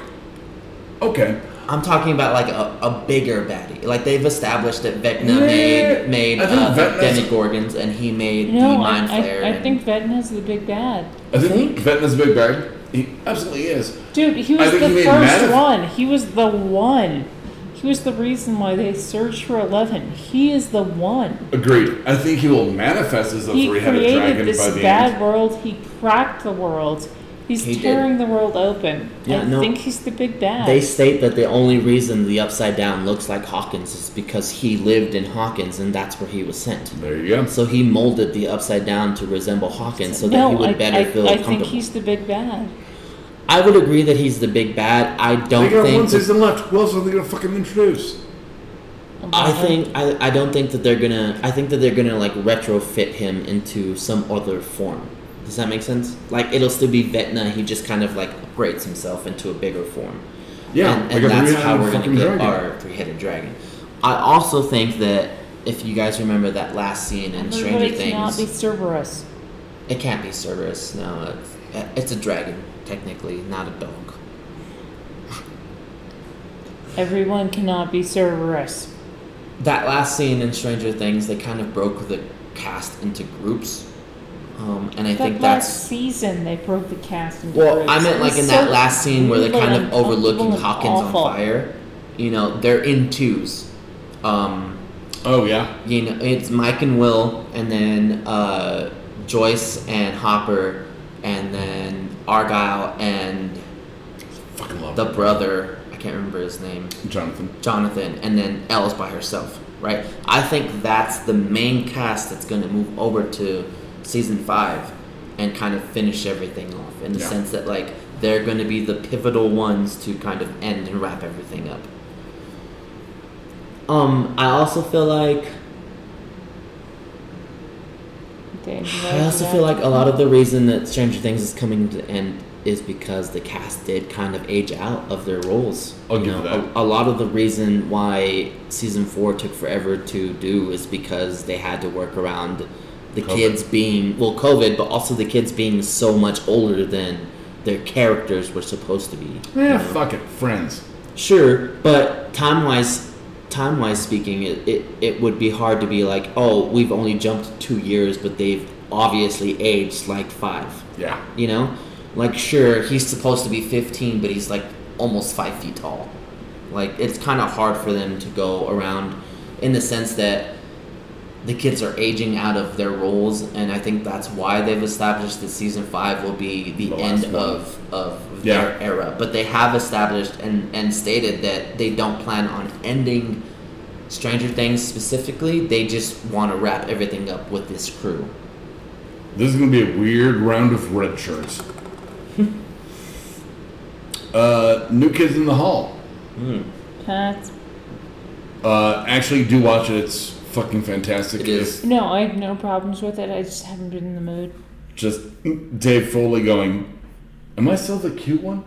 okay, I'm talking about like a, a bigger baddie. Like they've established that Vecna Yeah. made made I think uh, the Vecna's- Demogorgons, and he made the No, Mind I, Flayer. I, I and- think Vecna's the big bad. I think Think? Vecna's a big bag. He absolutely is. Dude, he I was the think he made first Manif- one. He was the one. He was the reason why they searched for Eleven. He is the one. Agreed. I think he will manifest as a He three-headed dragon created this by the bad end. world. He cracked the world. He's He did. tearing the world open. Yeah, I no. think he's the big bad. They state that the only reason the Upside Down looks like Hawkins is because he lived in Hawkins, and that's where he was sent. There you go. So he molded the Upside Down to resemble Hawkins, so that no, he would I, better I, feel I comfortable. think he's the big bad. I would agree that he's the big bad. I don't They got think one season left. Who else are they gonna fucking introduce? I think I, I don't think that they're gonna I think that they're gonna like retrofit him into some other form. Does that make sense? Like it'll still be Vetna, he just kind of like upgrades himself into a bigger form. Yeah, and, like and a that's three-headed how we're fucking gonna get dragon. our three-headed dragon. I also think that if you guys remember that last scene in Stranger Everybody cannot Things, be Cerberus. it can't be Cerberus. No, it's, it's a dragon technically, not a dog. Everyone cannot be Cerberus. that last scene in Stranger Things, they kind of broke the cast into groups, um, and I That think last that's season they broke the cast into well. groups. I meant It like was in so that last scene where they're evil kind of and uncomfortable overlooking and Hawkins awful. on fire. You know, they're in twos. Um, Oh yeah. you know, it's Mike and Will, and then uh, Joyce and Hopper, and then Argyle and Fucking love the it. brother. I can't remember his name. Jonathan. Jonathan, and then Elle's by herself, right? I think that's the main cast that's going to move over to season five and kind of finish everything off in the Yeah. sense that, like, they're going to be the pivotal ones to kind of end and wrap everything up. Um, I also feel like Dave, you I also know feel like a lot of the reason that Stranger Things is coming to end is because the cast did kind of age out of their roles. I'll You give know, that. A, a lot of the reason why season four took forever to do is because they had to work around the COVID. kids being well COVID, but also the kids being so much older than their characters were supposed to be. you Yeah, know? fuck it. Friends. Sure, but time wise, time wise speaking, it, it it would be hard to be like, oh, we've only jumped two years, but they've obviously aged like five. Yeah. You know, like sure, he's supposed to be fifteen, but he's like almost five feet tall. Like it's kind of hard for them to go around, in the sense that the kids are aging out of their roles, and I think that's why they've established that season five will be the, The last end one. of of Yeah. their era. But they have established and and stated that they don't plan on ending Stranger Things specifically. They just want to wrap everything up with this crew. This is gonna be a weird round of red shirts. uh, New Kids in the Hall. That's Uh, actually, do watch it. It's fucking fantastic. It is. no, I have no problems with it. I just haven't been in the mood. It's just Dave Foley going. Am I still the cute one?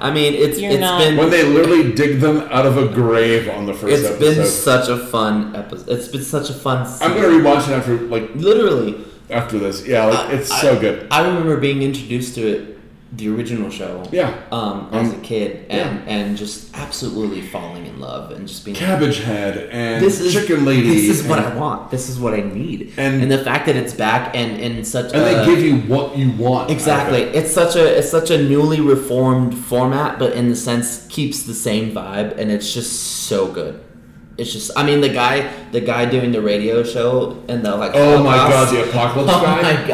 I mean, it's You're it's not- been When they literally dig them out of a grave on the first it's episode. been such a fun episode. It's been such a fun. I'm Season. gonna rewatch it after like Literally, after this. Yeah, like, it's so good. Uh, I remember being introduced to it, the original show. Yeah. Um, as Um, a kid, and yeah. and just absolutely falling in love and just being. like, Cabbage Head and This is Chicken Lady. This is what and, I want. This is what I need. And- And, the fact that it's back and in such And a, they give you what you want. out of Uh, exactly. it. It's such a it's such a newly reformed format, but in the sense keeps the same vibe, and it's just so good. It's just I mean the guy the guy doing the radio show and the like. Oh my Holocaust- god, the apocalypse *laughs* Oh guy. my gosh!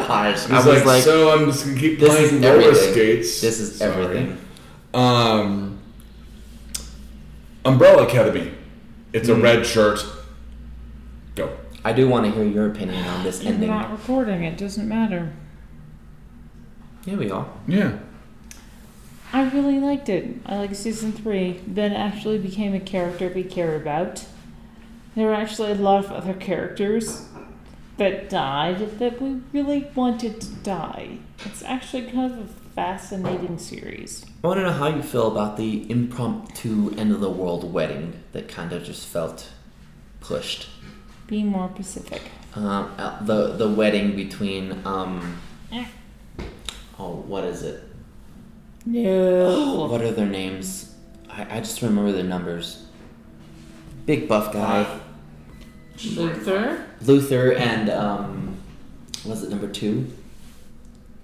I He's was like, like, so I'm just gonna keep this playing is roller everything. skates. This is Sorry. everything. Um, Umbrella Academy. It's Mm. a red shirt. Go. I do want to hear your opinion on this I'm ending. not recording. It doesn't matter. Yeah, we all. Yeah. I really liked it. I like season three. Ben actually became a character we care about. There were actually a lot of other characters that died that we really wanted to die. It's actually kind of a fascinating series. I want to know how you feel about the impromptu end of the world wedding that kind of just felt pushed. Be more Pacific. Um, uh, the the wedding between um, Eh. oh what is it? No. *gasps* What are their names? I, I just remember their numbers. Big buff guy, Luther? Luther, and um, was it number two?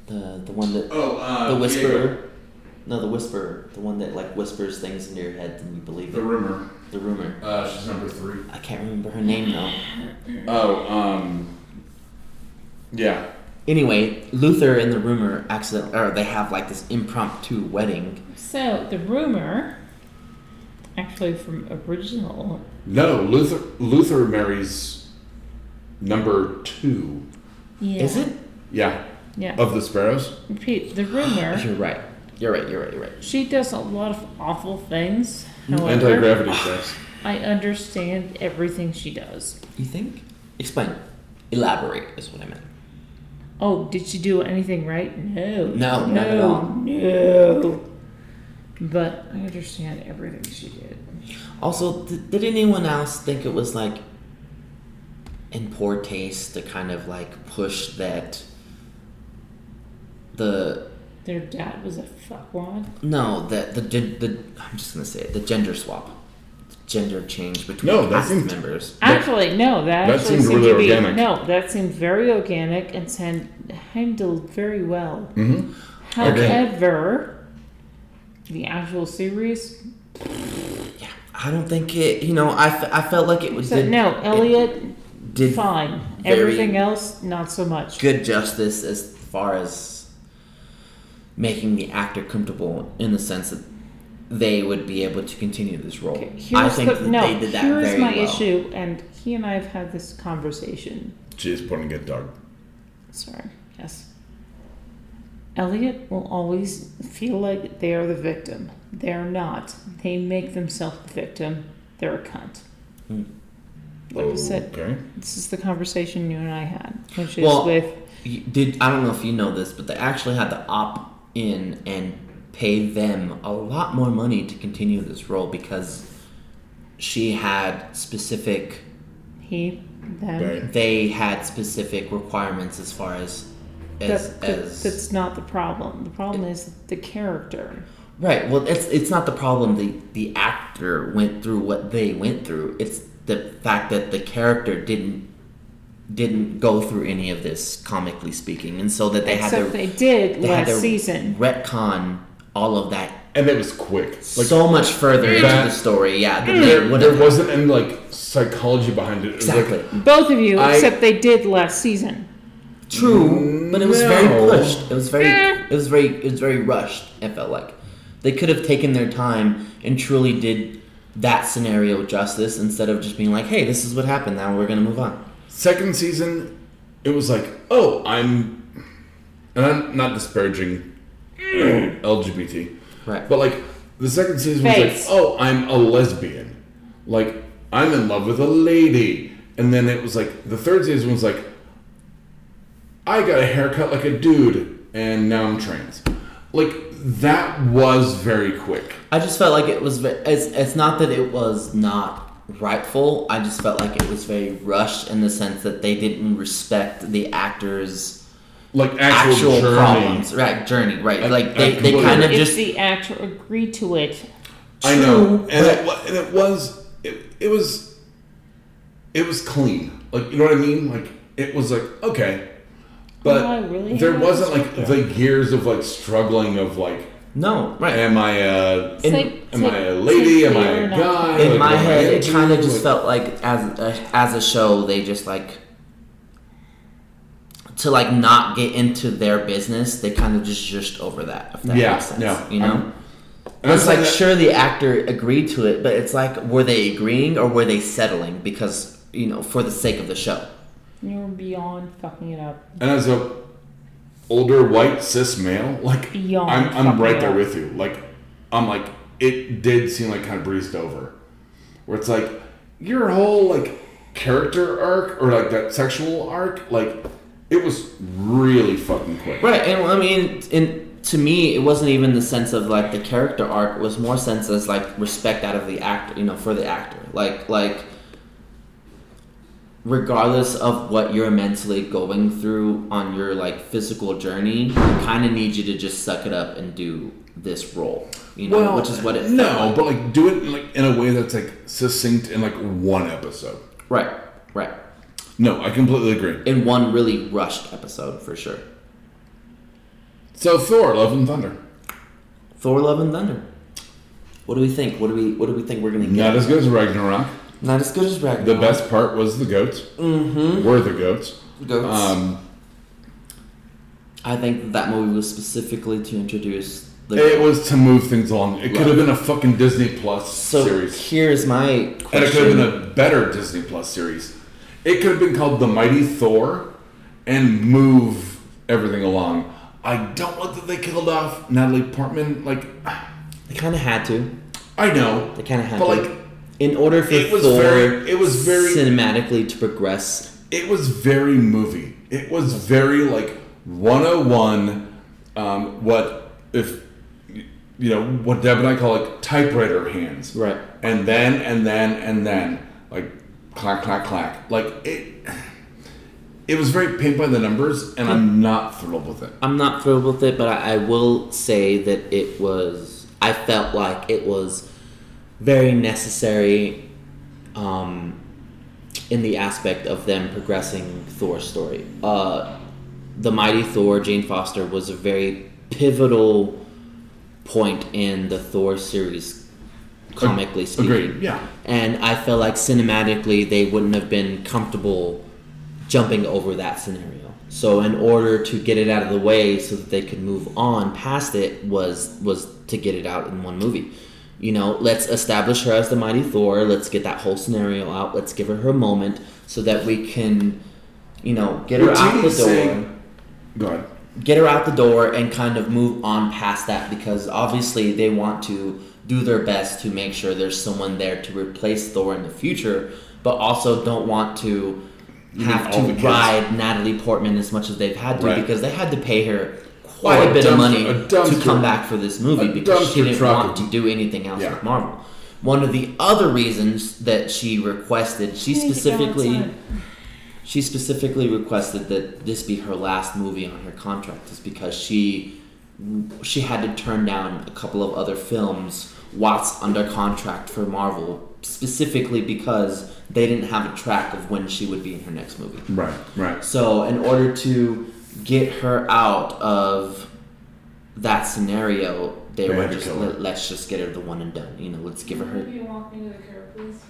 The the one that Oh, uh, the whisperer. No, the whisperer, the one that like whispers things into your head and you believe The it. rumor. The rumor. Uh, she's number three. I can't remember her name though. Oh, um, yeah. Anyway, Luther and the rumor accident, or they have like this impromptu wedding. So, the rumor, actually from original, No, Luther. Luther marries number two. yeah. Is it? Oh. Yeah, Yeah. of the sparrows. Repeat the rumor. *sighs* You're right. You're right. You're right. You're right. She does a lot of awful things. Mm-hmm. However, Anti gravity sex. I understand everything she does. You think? Explain. Elaborate is what I meant. Oh, did she do anything right? No. No, not at all. no, no. But I understand everything she did. Also, th- did anyone else think it was like in poor taste to kind of like push that the Their dad was a fuckwad. no that the gen- the I'm just gonna say it the gender swap, gender change between No, that cast seems- members. Actually, no. That, That actually seemed seemed really to be, organic. No, that seemed very organic and san- handled very well. Mm-hmm. Okay. However, the actual series Yeah, I don't think it. You know, I, f- I felt like it was So did- no, it Elliot, did fine. very- Everything else, not so much. good justice as far as making the actor comfortable in the sense that they would be able to continue this role. Okay, I here's think the, that no, they did that here's very my well. issue, and he and I have had this conversation. She is putting a dog. Sorry, yes. Elliot will always feel like they are the victim. They're not. They make themselves the victim. They're a cunt. Hmm. Like Oh. I said, Okay. this is the conversation you and I had, which is Well- with You- Did I don't know if you know this, but they actually had to opt in and pay them a lot more money to continue this role because she had specific he, them. Right. they had specific requirements as far as as That, that- as that's not the problem. The problem is the character. Right. Well, it's it's not the problem the the actor went through what they went through. It's the fact that the character didn't didn't go through any of this comically speaking, and so that they Except had to they did they had last to season. retcon all of that And that was quick. Like so much further into That- the story. Yeah, than they there, would there have. wasn't any like psychology behind it. it was like- Exactly. Both of you, I- except they did last season. True, but it was No. very pushed. It was very, Eh. it was very, it was very rushed. It felt like they could have taken their time and truly did that scenario justice instead of just being like, "Hey, this is what happened. Now we're gonna move on." second season, it was like, oh, I'm, and I'm not disparaging LGBT, Right. but like the second season Face. was like, oh, I'm a lesbian, like I'm in love with a lady, and then it was like the third season was like, I got a haircut like a dude, and now I'm trans, like that was very quick. I just felt like it was. ve- It's, it's not that it was not rightful. I just felt like it was very rushed in the sense that they didn't respect the actors. Like actual, Actual, journey. problems, right? Journey, right? I- like they, I they kind of completely- If just the actor agreed to it, I know, True, and but- it, wa- and it was it, it was it was clean. Like you know what I mean? Like it was like okay, but Oh, I really there had wasn't this like the years of like struggling of like, no, right? am I a it's In- like, it's am like- I a it's lady? Am like I they a were not- guy? in Like, my am I head, it into? kind of just Like, felt like as a, as a show, they just like to like not get into their business. They kind of just just over that. If that Yeah, makes sense, yeah. you know. and it's like that- sure the actor agreed to it, but it's like were they agreeing or were they settling because you know for the sake of the show? You're beyond fucking it up. and as a older white cis male, like Beyond I'm I'm fucking right there up. with you. Like I'm like it did seem like kind of breezed over, where it's like your whole like character arc or like that sexual arc, like it was really fucking quick. Right, and well, I mean, and to me, it wasn't even the sense of like the character arc. It was more sense as like respect out of the actor, you know, for the actor. Like, like regardless of what you're mentally going through on your like physical journey, I kind of need you to just suck it up and do this role, you know, which is what it. no, felt like. but like do it in, like in a way that's like succinct in like one episode. right, right. No, I completely agree. In one really rushed episode, for sure. So Thor: Love and Thunder, Thor: Love and Thunder. What do we think? What do we What do we think we're gonna get? not as good as Ragnarok. Not as good as Ragnarok. The best part was the goats. Mm-hmm. Were the goats. Goats. Um, I think that movie was specifically to introduce the. it was to move things along. It could Right. have been a fucking Disney Plus so series, here's my and it could have question. been a better Disney Plus series. It could have been called The Mighty Thor, and move everything along. I don't like that they killed off Natalie Portman. Like, they kind of had to. I know They kind of had But, to. like, in order for it was Thor, very- it was very- cinematically to progress. it was very movie. It was very like 101. Um, what if you know what Deb and I call like typewriter hands, Right. And then and then and then like clack clack clack. Like it. It was very paint by the numbers, and I'm not thrilled with it. I'm not thrilled with it, but I, I will say that it was. I felt like it was very necessary, um, in the aspect of them progressing Thor's story. Uh, the Mighty Thor, Jane Foster, was a very pivotal point in the Thor series, comically speaking. Agreed. Yeah. And I feel like cinematically they wouldn't have been comfortable jumping over that scenario. So in order to get it out of the way so that they could move on past it was was to get it out in one movie. You know, let's establish her as the mighty Thor, let's get that whole scenario out, let's give her her moment so that we can you know, get her What out Jamie the door is saying- Go ahead. get her out the door and kind of move on past that because obviously they want to do their best to make sure there's someone there to replace Thor in the future, but also don't want to have all to the kids. ride Natalie Portman as much as they've had to Right. because they had to pay her quite Oh, a a bit of dumpster- money a to dumpster- come back for this movie a because she dumpster didn't truck want of- to do anything else Yeah. with Marvel. One of the other reasons that she requested, she specifically she specifically requested that this be her last movie on her contract is because she she had to turn down a couple of other films whilst under contract for Marvel specifically because they didn't have a track of when she would be in her next movie. Right. Right. So, in order to get her out of that scenario, They they were had to just kill her. Let, let's just get her the one and done. You know, let's give her her. you walk me to the curb, please?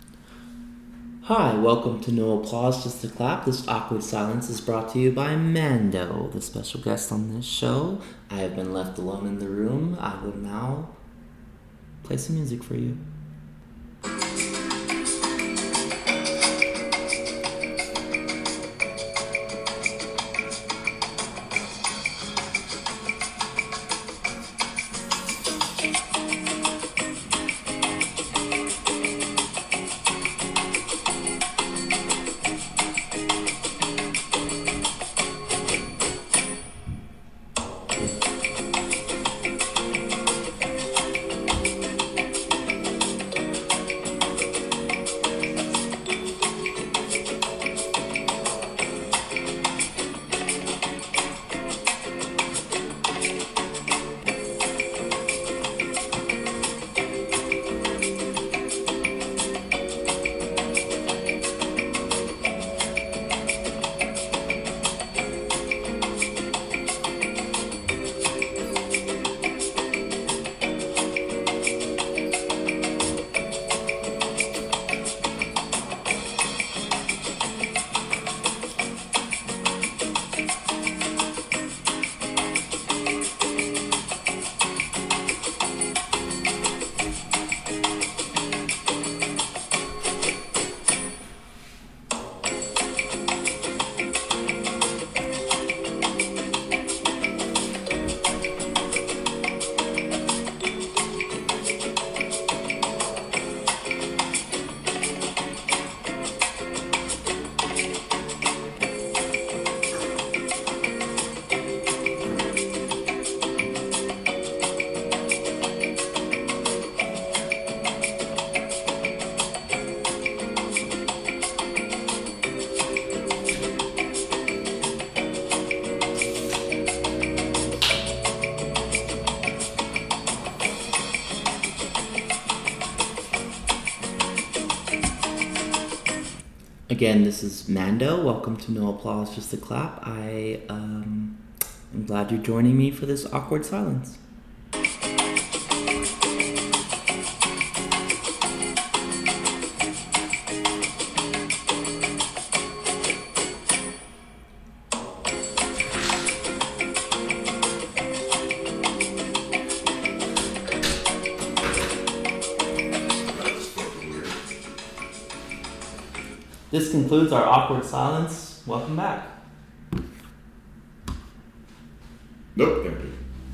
Hi, welcome to No Applause, Just a Clap. This awkward silence is brought to you by Mando, the special guest on this show. I have been left alone in the room. I will now play some music for you. Again, this is Mando. Welcome to No Applause, Just a Clap. I um, am glad you're joining me for this awkward silence. This concludes our awkward silence. Welcome back. Nope. There it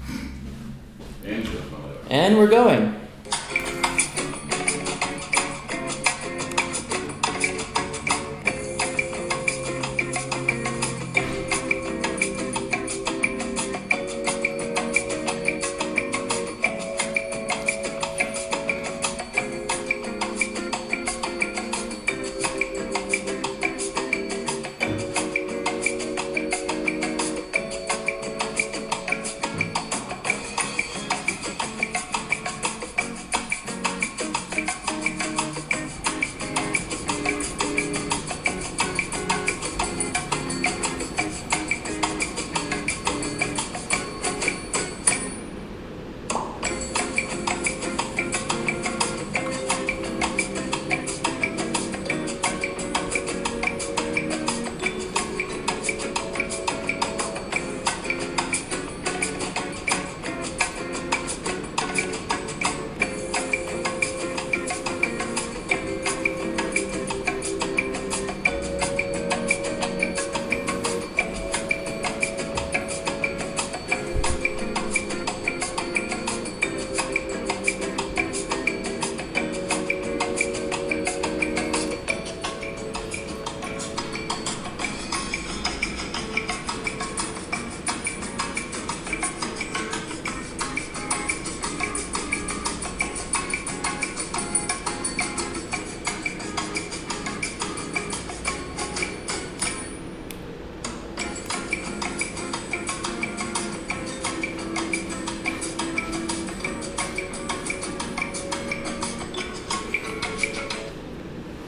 is. Angela. And we're going.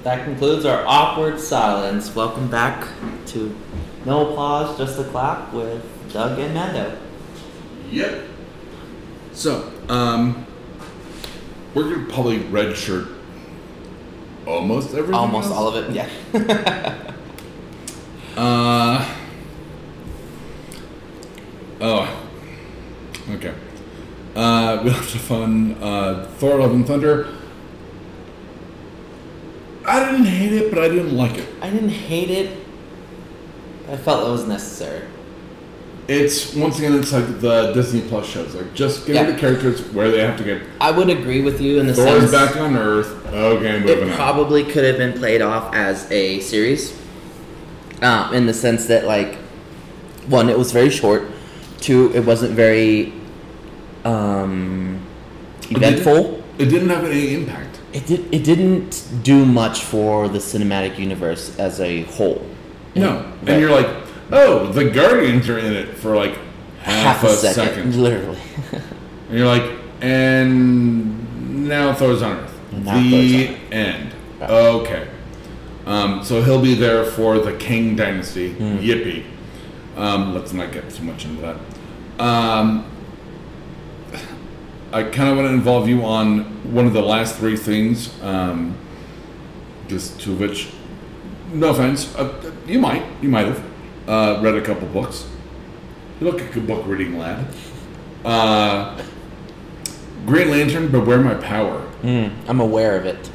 That concludes our awkward silence. Welcome back to No Applause, Just a Clap with Doug and Mando. Yep. So, um, we're gonna probably redshirt almost everything. Almost else. all of it, yeah. Uh. Oh. Okay. Uh, we have to fun uh, Thor: Love and Thunder. I didn't hate it, but I didn't like it. *laughs* I didn't hate it. I felt it was necessary. It's once again, it's like the Disney Plus shows. Like, just give me Yeah. the characters where they have to get. I would agree with you in the Thor's sense back on Earth. Okay, moving it on. probably could have been played off as a series, um, in the sense that like, one, it was very short. Two, it wasn't very um, It didn't- eventful. It didn't have any impact. It did. It didn't do much for the cinematic universe as a whole. No. Right. And you're like, oh, the Guardians are in it for like half, a, second. *laughs* literally. And you're like, and now Thor's on Earth. And now the Thor's on Earth. end. Right. Okay. Um, so he'll be there for the King Dynasty. Hmm. Yippee. Um, let's not get too much into that. Um, I kind of want to involve you on one of the last three things, um, just two of which, no offense, uh, you might, you might have uh, read a couple books. You look like a book reading lad. Uh, Green Lantern, Beware My Power. Mm, I'm aware of it.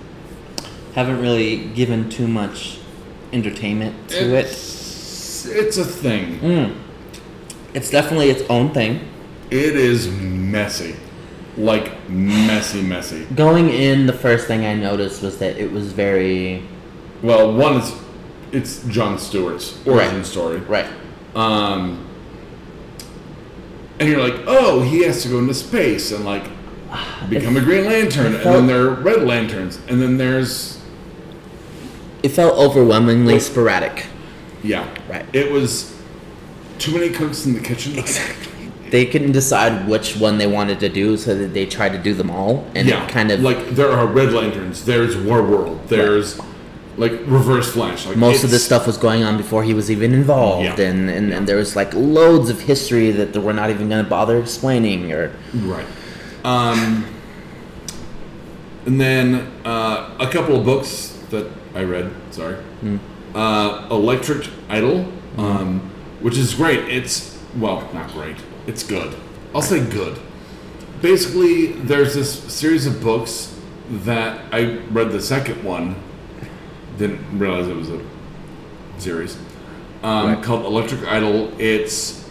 Haven't really given too much entertainment to it. it's, It's a thing. Mm. It's definitely its own thing. It is messy. Like, messy, messy. Going in, the first thing I noticed was that it was very Well, one is, it's John Stewart's origin Right. story. right. Um, and you're like, oh, he has to go into space and, *sighs* like, become a Green Lantern. And then felt- there are Red Lanterns. And then there's, It felt overwhelmingly sporadic. yeah. Right. It was too many cooks in the kitchen. They couldn't decide which one they wanted to do, so that they tried to do them all, and yeah, it kind of like there are Red Lanterns. There's War World. There's like Reverse Flash. Like Most of it's- this stuff was going on before he was even involved, Yeah. and, and, and there was like loads of history that we're not even going to bother explaining. Or Right. Um, and then uh, a couple of books that I read. Sorry. Hmm. Uh, Electric Idol, um, which is great. It's well, not great. It's good. I'll say good. Basically, there's this series of books that I read the second one. Didn't realize it was a series um, Right. called Electric Idol. It's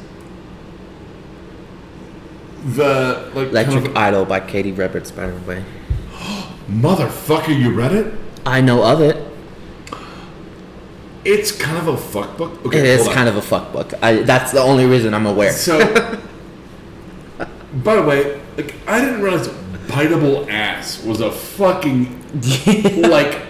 the like kind Electric of- Idol by Katie Roberts, by the way. Motherfucker, you read it? I know of it. It's kind of a fuck book. It is hold on. kind of a fuck book. I, that's the only reason I'm aware. So, by the way, like I didn't realize biteable ass was a *laughs* fucking like.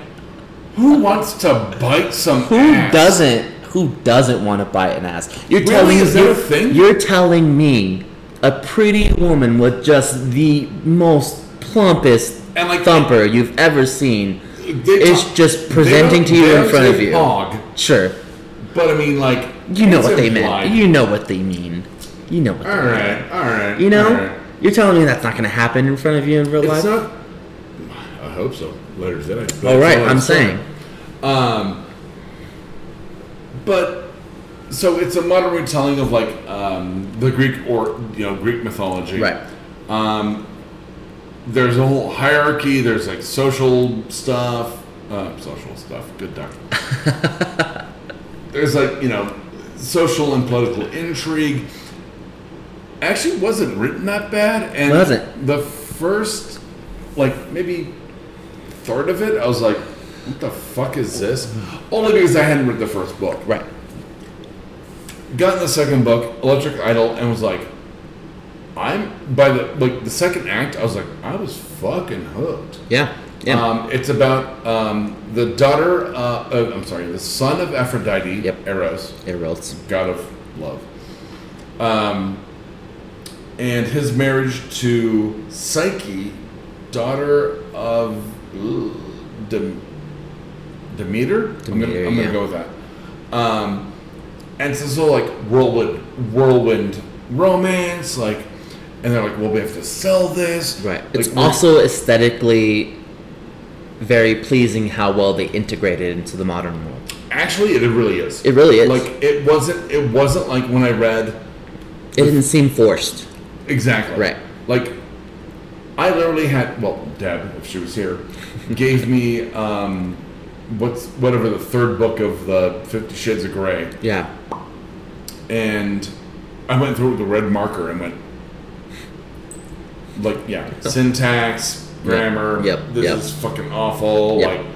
Who wants to bite some? Who ass? doesn't? Who doesn't want to bite an ass? You're Really? telling Is that you're- a thing? You're telling me a pretty woman with just the most plumpest And, like- thumper you've ever seen They is talk- just they presenting don't- to you in there's front a of you. Hog, Sure, but I mean, like you know it's what they implied. meant. You know what they mean. You know what they all mean. right, all right. You know. all right. You're telling me that's not going to happen in front of you in real it's life. not. I hope so. Later today. But All right, that's all I'm saying. saying. Um, but so it's a modern retelling of like um, the Greek or you know Greek mythology. Right. Um, there's a whole hierarchy. There's like social stuff. Uh, social stuff. Good doctor. there's like you know social and political intrigue. Actually, wasn't written that bad. And Wasn't. the first like maybe third of it, I was like, what the fuck is this? Only because I hadn't read the first book. Right. Got in the second book, Electric Idol, and was like, I'm by the like the second act, I was like, I was fucking hooked. Yeah. Yeah. Um, it's about um, the daughter. Uh, uh, I'm sorry, the son of Aphrodite, Yep. Eros, it rolls. god of love, um, and his marriage to Psyche, daughter of ugh, Dem- Demeter. I'm gonna, Demeter, I'm gonna yeah. go with that. Um, and it's this whole like whirlwind, whirlwind romance, like, and they're like, well, we have to sell this, Right. Like, It's we're- also aesthetically very pleasing how well they integrated into the modern world. actually it really is. It really is. Like it wasn't. It wasn't like when I read. it didn't seem forced. Exactly. Right. Like, I literally had well, Deb, if she was *laughs* here, gave me um, what's whatever the third book of the Fifty Shades of Grey, Yeah. and I went through it with a red marker and went, like, *laughs* yeah, syntax, grammar. Yep, This yep. is fucking awful. Yep. Like,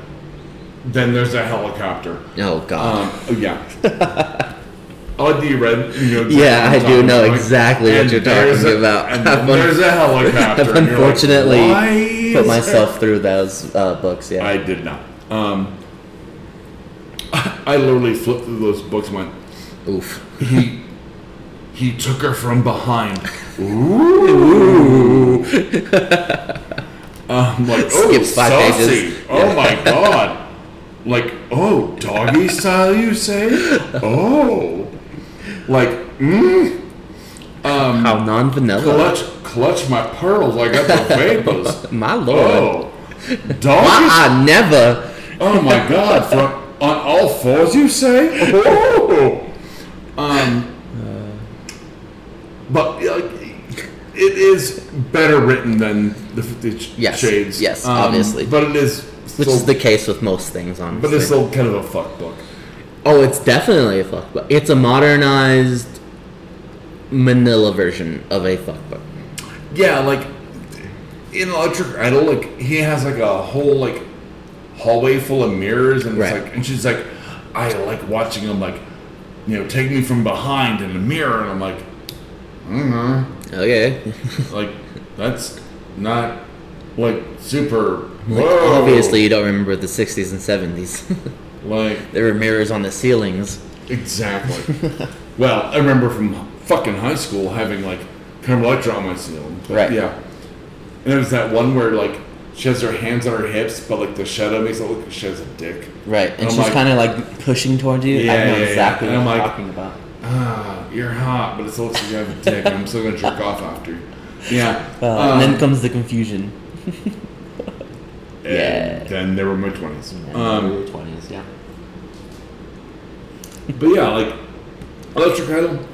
then there's a helicopter. Oh god. Um, oh, *laughs* yeah. Odd D Red, you know. exactly Yeah, what I I'm do talking know about. exactly what And you're talking there's a- about. And I've un- there's a helicopter. I've and you're like, unfortunately "Why is there-" Put myself through those uh, books, yeah. I did not. Um, *laughs* I literally flipped through those books and went, Oof. he, he took her from behind. *laughs* Ooh. I'm like, oh, Skip five saucy. pages. Oh my *laughs* god. Like, oh, doggy style, you say? Oh. Like, mm. Um, How non vanilla. clutch, clutch my pearls. I got *laughs* the vapors. My lord. Oh. Doggy I never Oh my god, from on all fours you say? Oh. Um But like, it is better written than the Fifty Sh- Yes, Shades. yes, um, obviously. But it is which still, is the case with most things honestly. but it's still kind of a fuck book. Oh, it's definitely a fuckbook. It's a modernized Manila version of a fuckbook. Yeah, like in Electric Idol, like he has like a whole like hallway full of mirrors, and Right. it's like, and she's like, I like watching him like, you know, take me from behind in the mirror, and I'm like, "Mm-hmm." Okay. like that's not like super. Like, whoa. obviously, you don't remember the 60s and 70s. like *laughs* there were mirrors on the ceilings. exactly. *laughs* well, I remember from fucking high school having like kind of electro on my ceiling. But Right. Yeah. And it was that one where like She has her hands on her hips, but like the shadow makes it look like she has a dick. Right, and I'm she's like- kind of like pushing towards you. Oh Yeah, I know yeah, Oh yeah. exactly And what I'm I'm like- talking about. Ah, you're hot, but it still looks like you have a dick. and I'm still gonna jerk off after. you. Yeah. *laughs* Well, Um, and then comes the confusion. and Yeah. Then there were my twenties. Um, twenties, yeah. but yeah, like Electric Idol.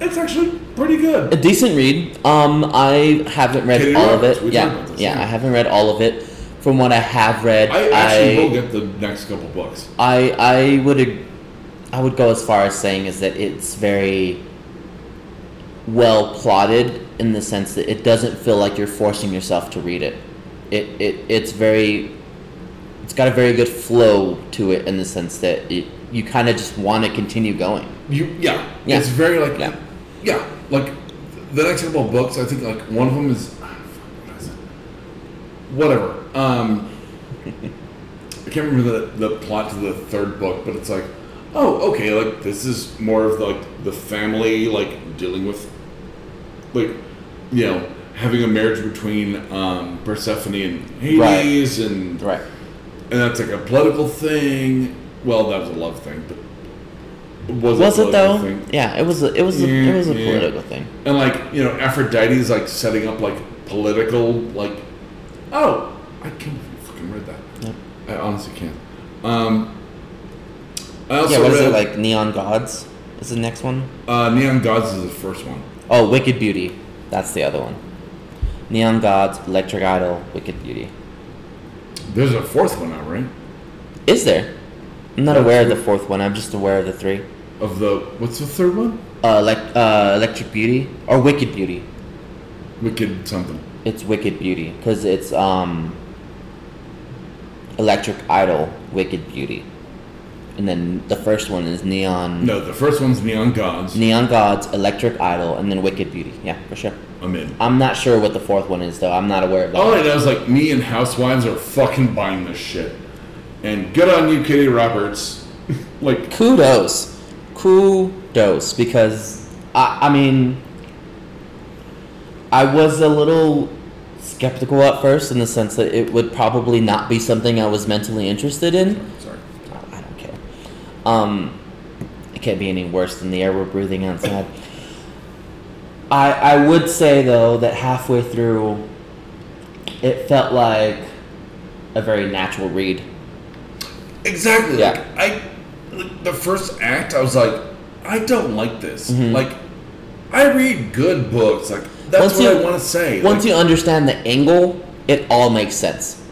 It's actually pretty A good. decent read. Um, I haven't read Katie all of Roberts, it. we talked yeah, about this, yeah, yeah. I haven't read all of it. From what I have read, I actually will get the next couple books. I I would ag- I would go as far as saying is that it's very well plotted in the sense that it doesn't feel like you're forcing yourself to read it. It it it's very it's got a very good flow to it in the sense that it, you kind of just want to continue going. You yeah. Yeah. It's very like yeah. Yeah. Like the next couple of books, I think like one of them is ah, fuck, what is it? Whatever. Um I can't remember the, the plot to the third book, but it's like, oh, okay, like this is more of like the family like dealing with like you know, having a marriage between um Persephone and Hades and Right. and that's like a political thing. Well, that was a love thing, but was, Was a it political though? Thing? Yeah, it was a, it was a, Yeah, it was a yeah. political thing. And like you know, Aphrodite's like setting up like political like. Oh, I can't believe I fucking read that. Yep. I honestly can't. Um, I also Yeah, what is read it like Neon Gods? Is the next one? uh, Neon Gods is the first one. Oh, Wicked Beauty. That's the other one. Neon Gods, Electric Idol, Wicked Beauty. There's a fourth one out, right? Is there? I'm not Yeah, aware of sure. the fourth one. I'm just aware of the three. Of the what's the third one? Uh, elect- uh, Electric Beauty or Wicked Beauty. Wicked something. It's Wicked Beauty because it's um. Electric Idol, Wicked Beauty, and then the first one is Neon. No, the first one's Neon Gods. Neon Gods, Electric Idol, and then Wicked Beauty. Yeah, for sure. I'm in. I'm not sure what the fourth one is though. I'm not aware of that. All I know is like me and housewives are fucking buying this shit, and good on you, Katie Roberts. *laughs* like kudos kudos because I, I mean i was a little skeptical at first in the sense that it would probably not be something i was mentally interested in sorry, Oh, i don't care um it can't be any worse than the air we're breathing outside i i would say though that halfway through it felt like a very natural read exactly. Yeah. Like, I like, the first act, I was like, I don't like this. Mhm. Like, I read good books. Like that's Once what I you- want to say. Once Like, you understand the angle, it all makes sense.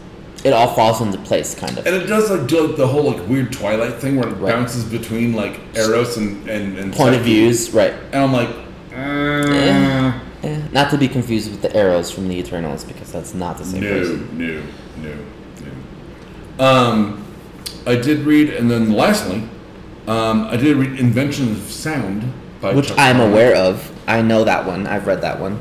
It all falls into place, kind of. and it does like do like the whole like weird Twilight thing where it Right. bounces between like Eros and and, and Point of Psyche. views, right. and I'm like, uh, Yeah. Eh, Not to be confused with the arrows from the Eternals, because that's not the same No, person. no, no, no. Um, I did read, and then lastly, um, I did read Invention of Sound by Which Chuck I'm Palahniuk. aware of. I know that one. I've read that one.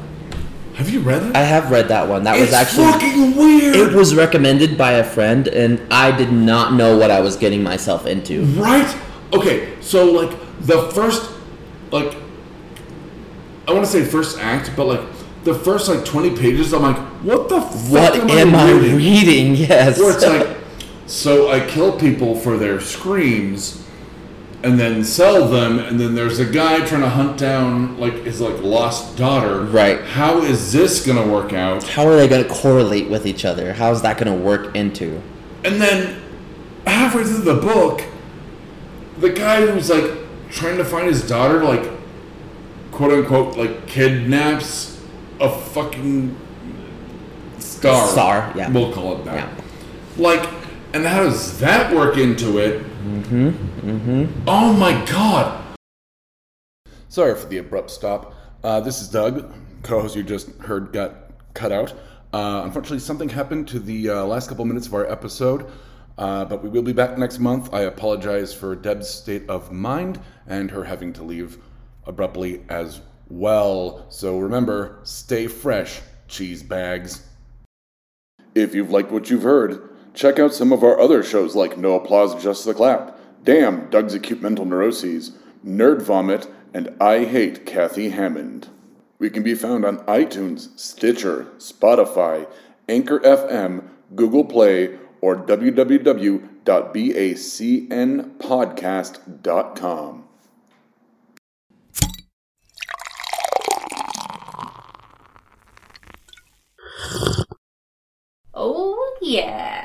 Have you read it? I have read that one. That it's was actually. fucking weird. It was recommended by a friend, and I did not know what I was getting myself into. right? Okay, so like the first, like, I want to say first act, but like the first like 20 pages, I'm like, what the fuck What am, am I reading? reading? *laughs* Yes. Where it's like, *laughs* so I kill people for their screams, and then sell them, and then there's a guy trying to hunt down like his like lost daughter. Right. How is this gonna work out? How are they going to correlate with each other? How's that going to work into? And then halfway through the book, the guy who's like trying to find his daughter, like quote unquote, like kidnaps a fucking star. Star, yeah. We'll call it that. Yeah. Like, and how does that work into it? Mm-hmm. Mm-hmm. Oh my god. Sorry for the abrupt stop. Uh, this is Doug, co-host you just heard got cut out. Uh, unfortunately, something happened to the uh, last couple minutes of our episode, uh, but we will be back next month. I apologize for Deb's state of mind and her having to leave abruptly as well. So remember, stay fresh, cheese bags. If you've liked what you've heard, check out some of our other shows like No Applause, Just the Clap, Damn, Doug's Acute Mental Neuroses, Nerd Vomit, and I Hate Kathy Hammond. We can be found on iTunes, Stitcher, Spotify, Anchor FM, Google Play, or www.bacnpodcast.com. Oh, yeah.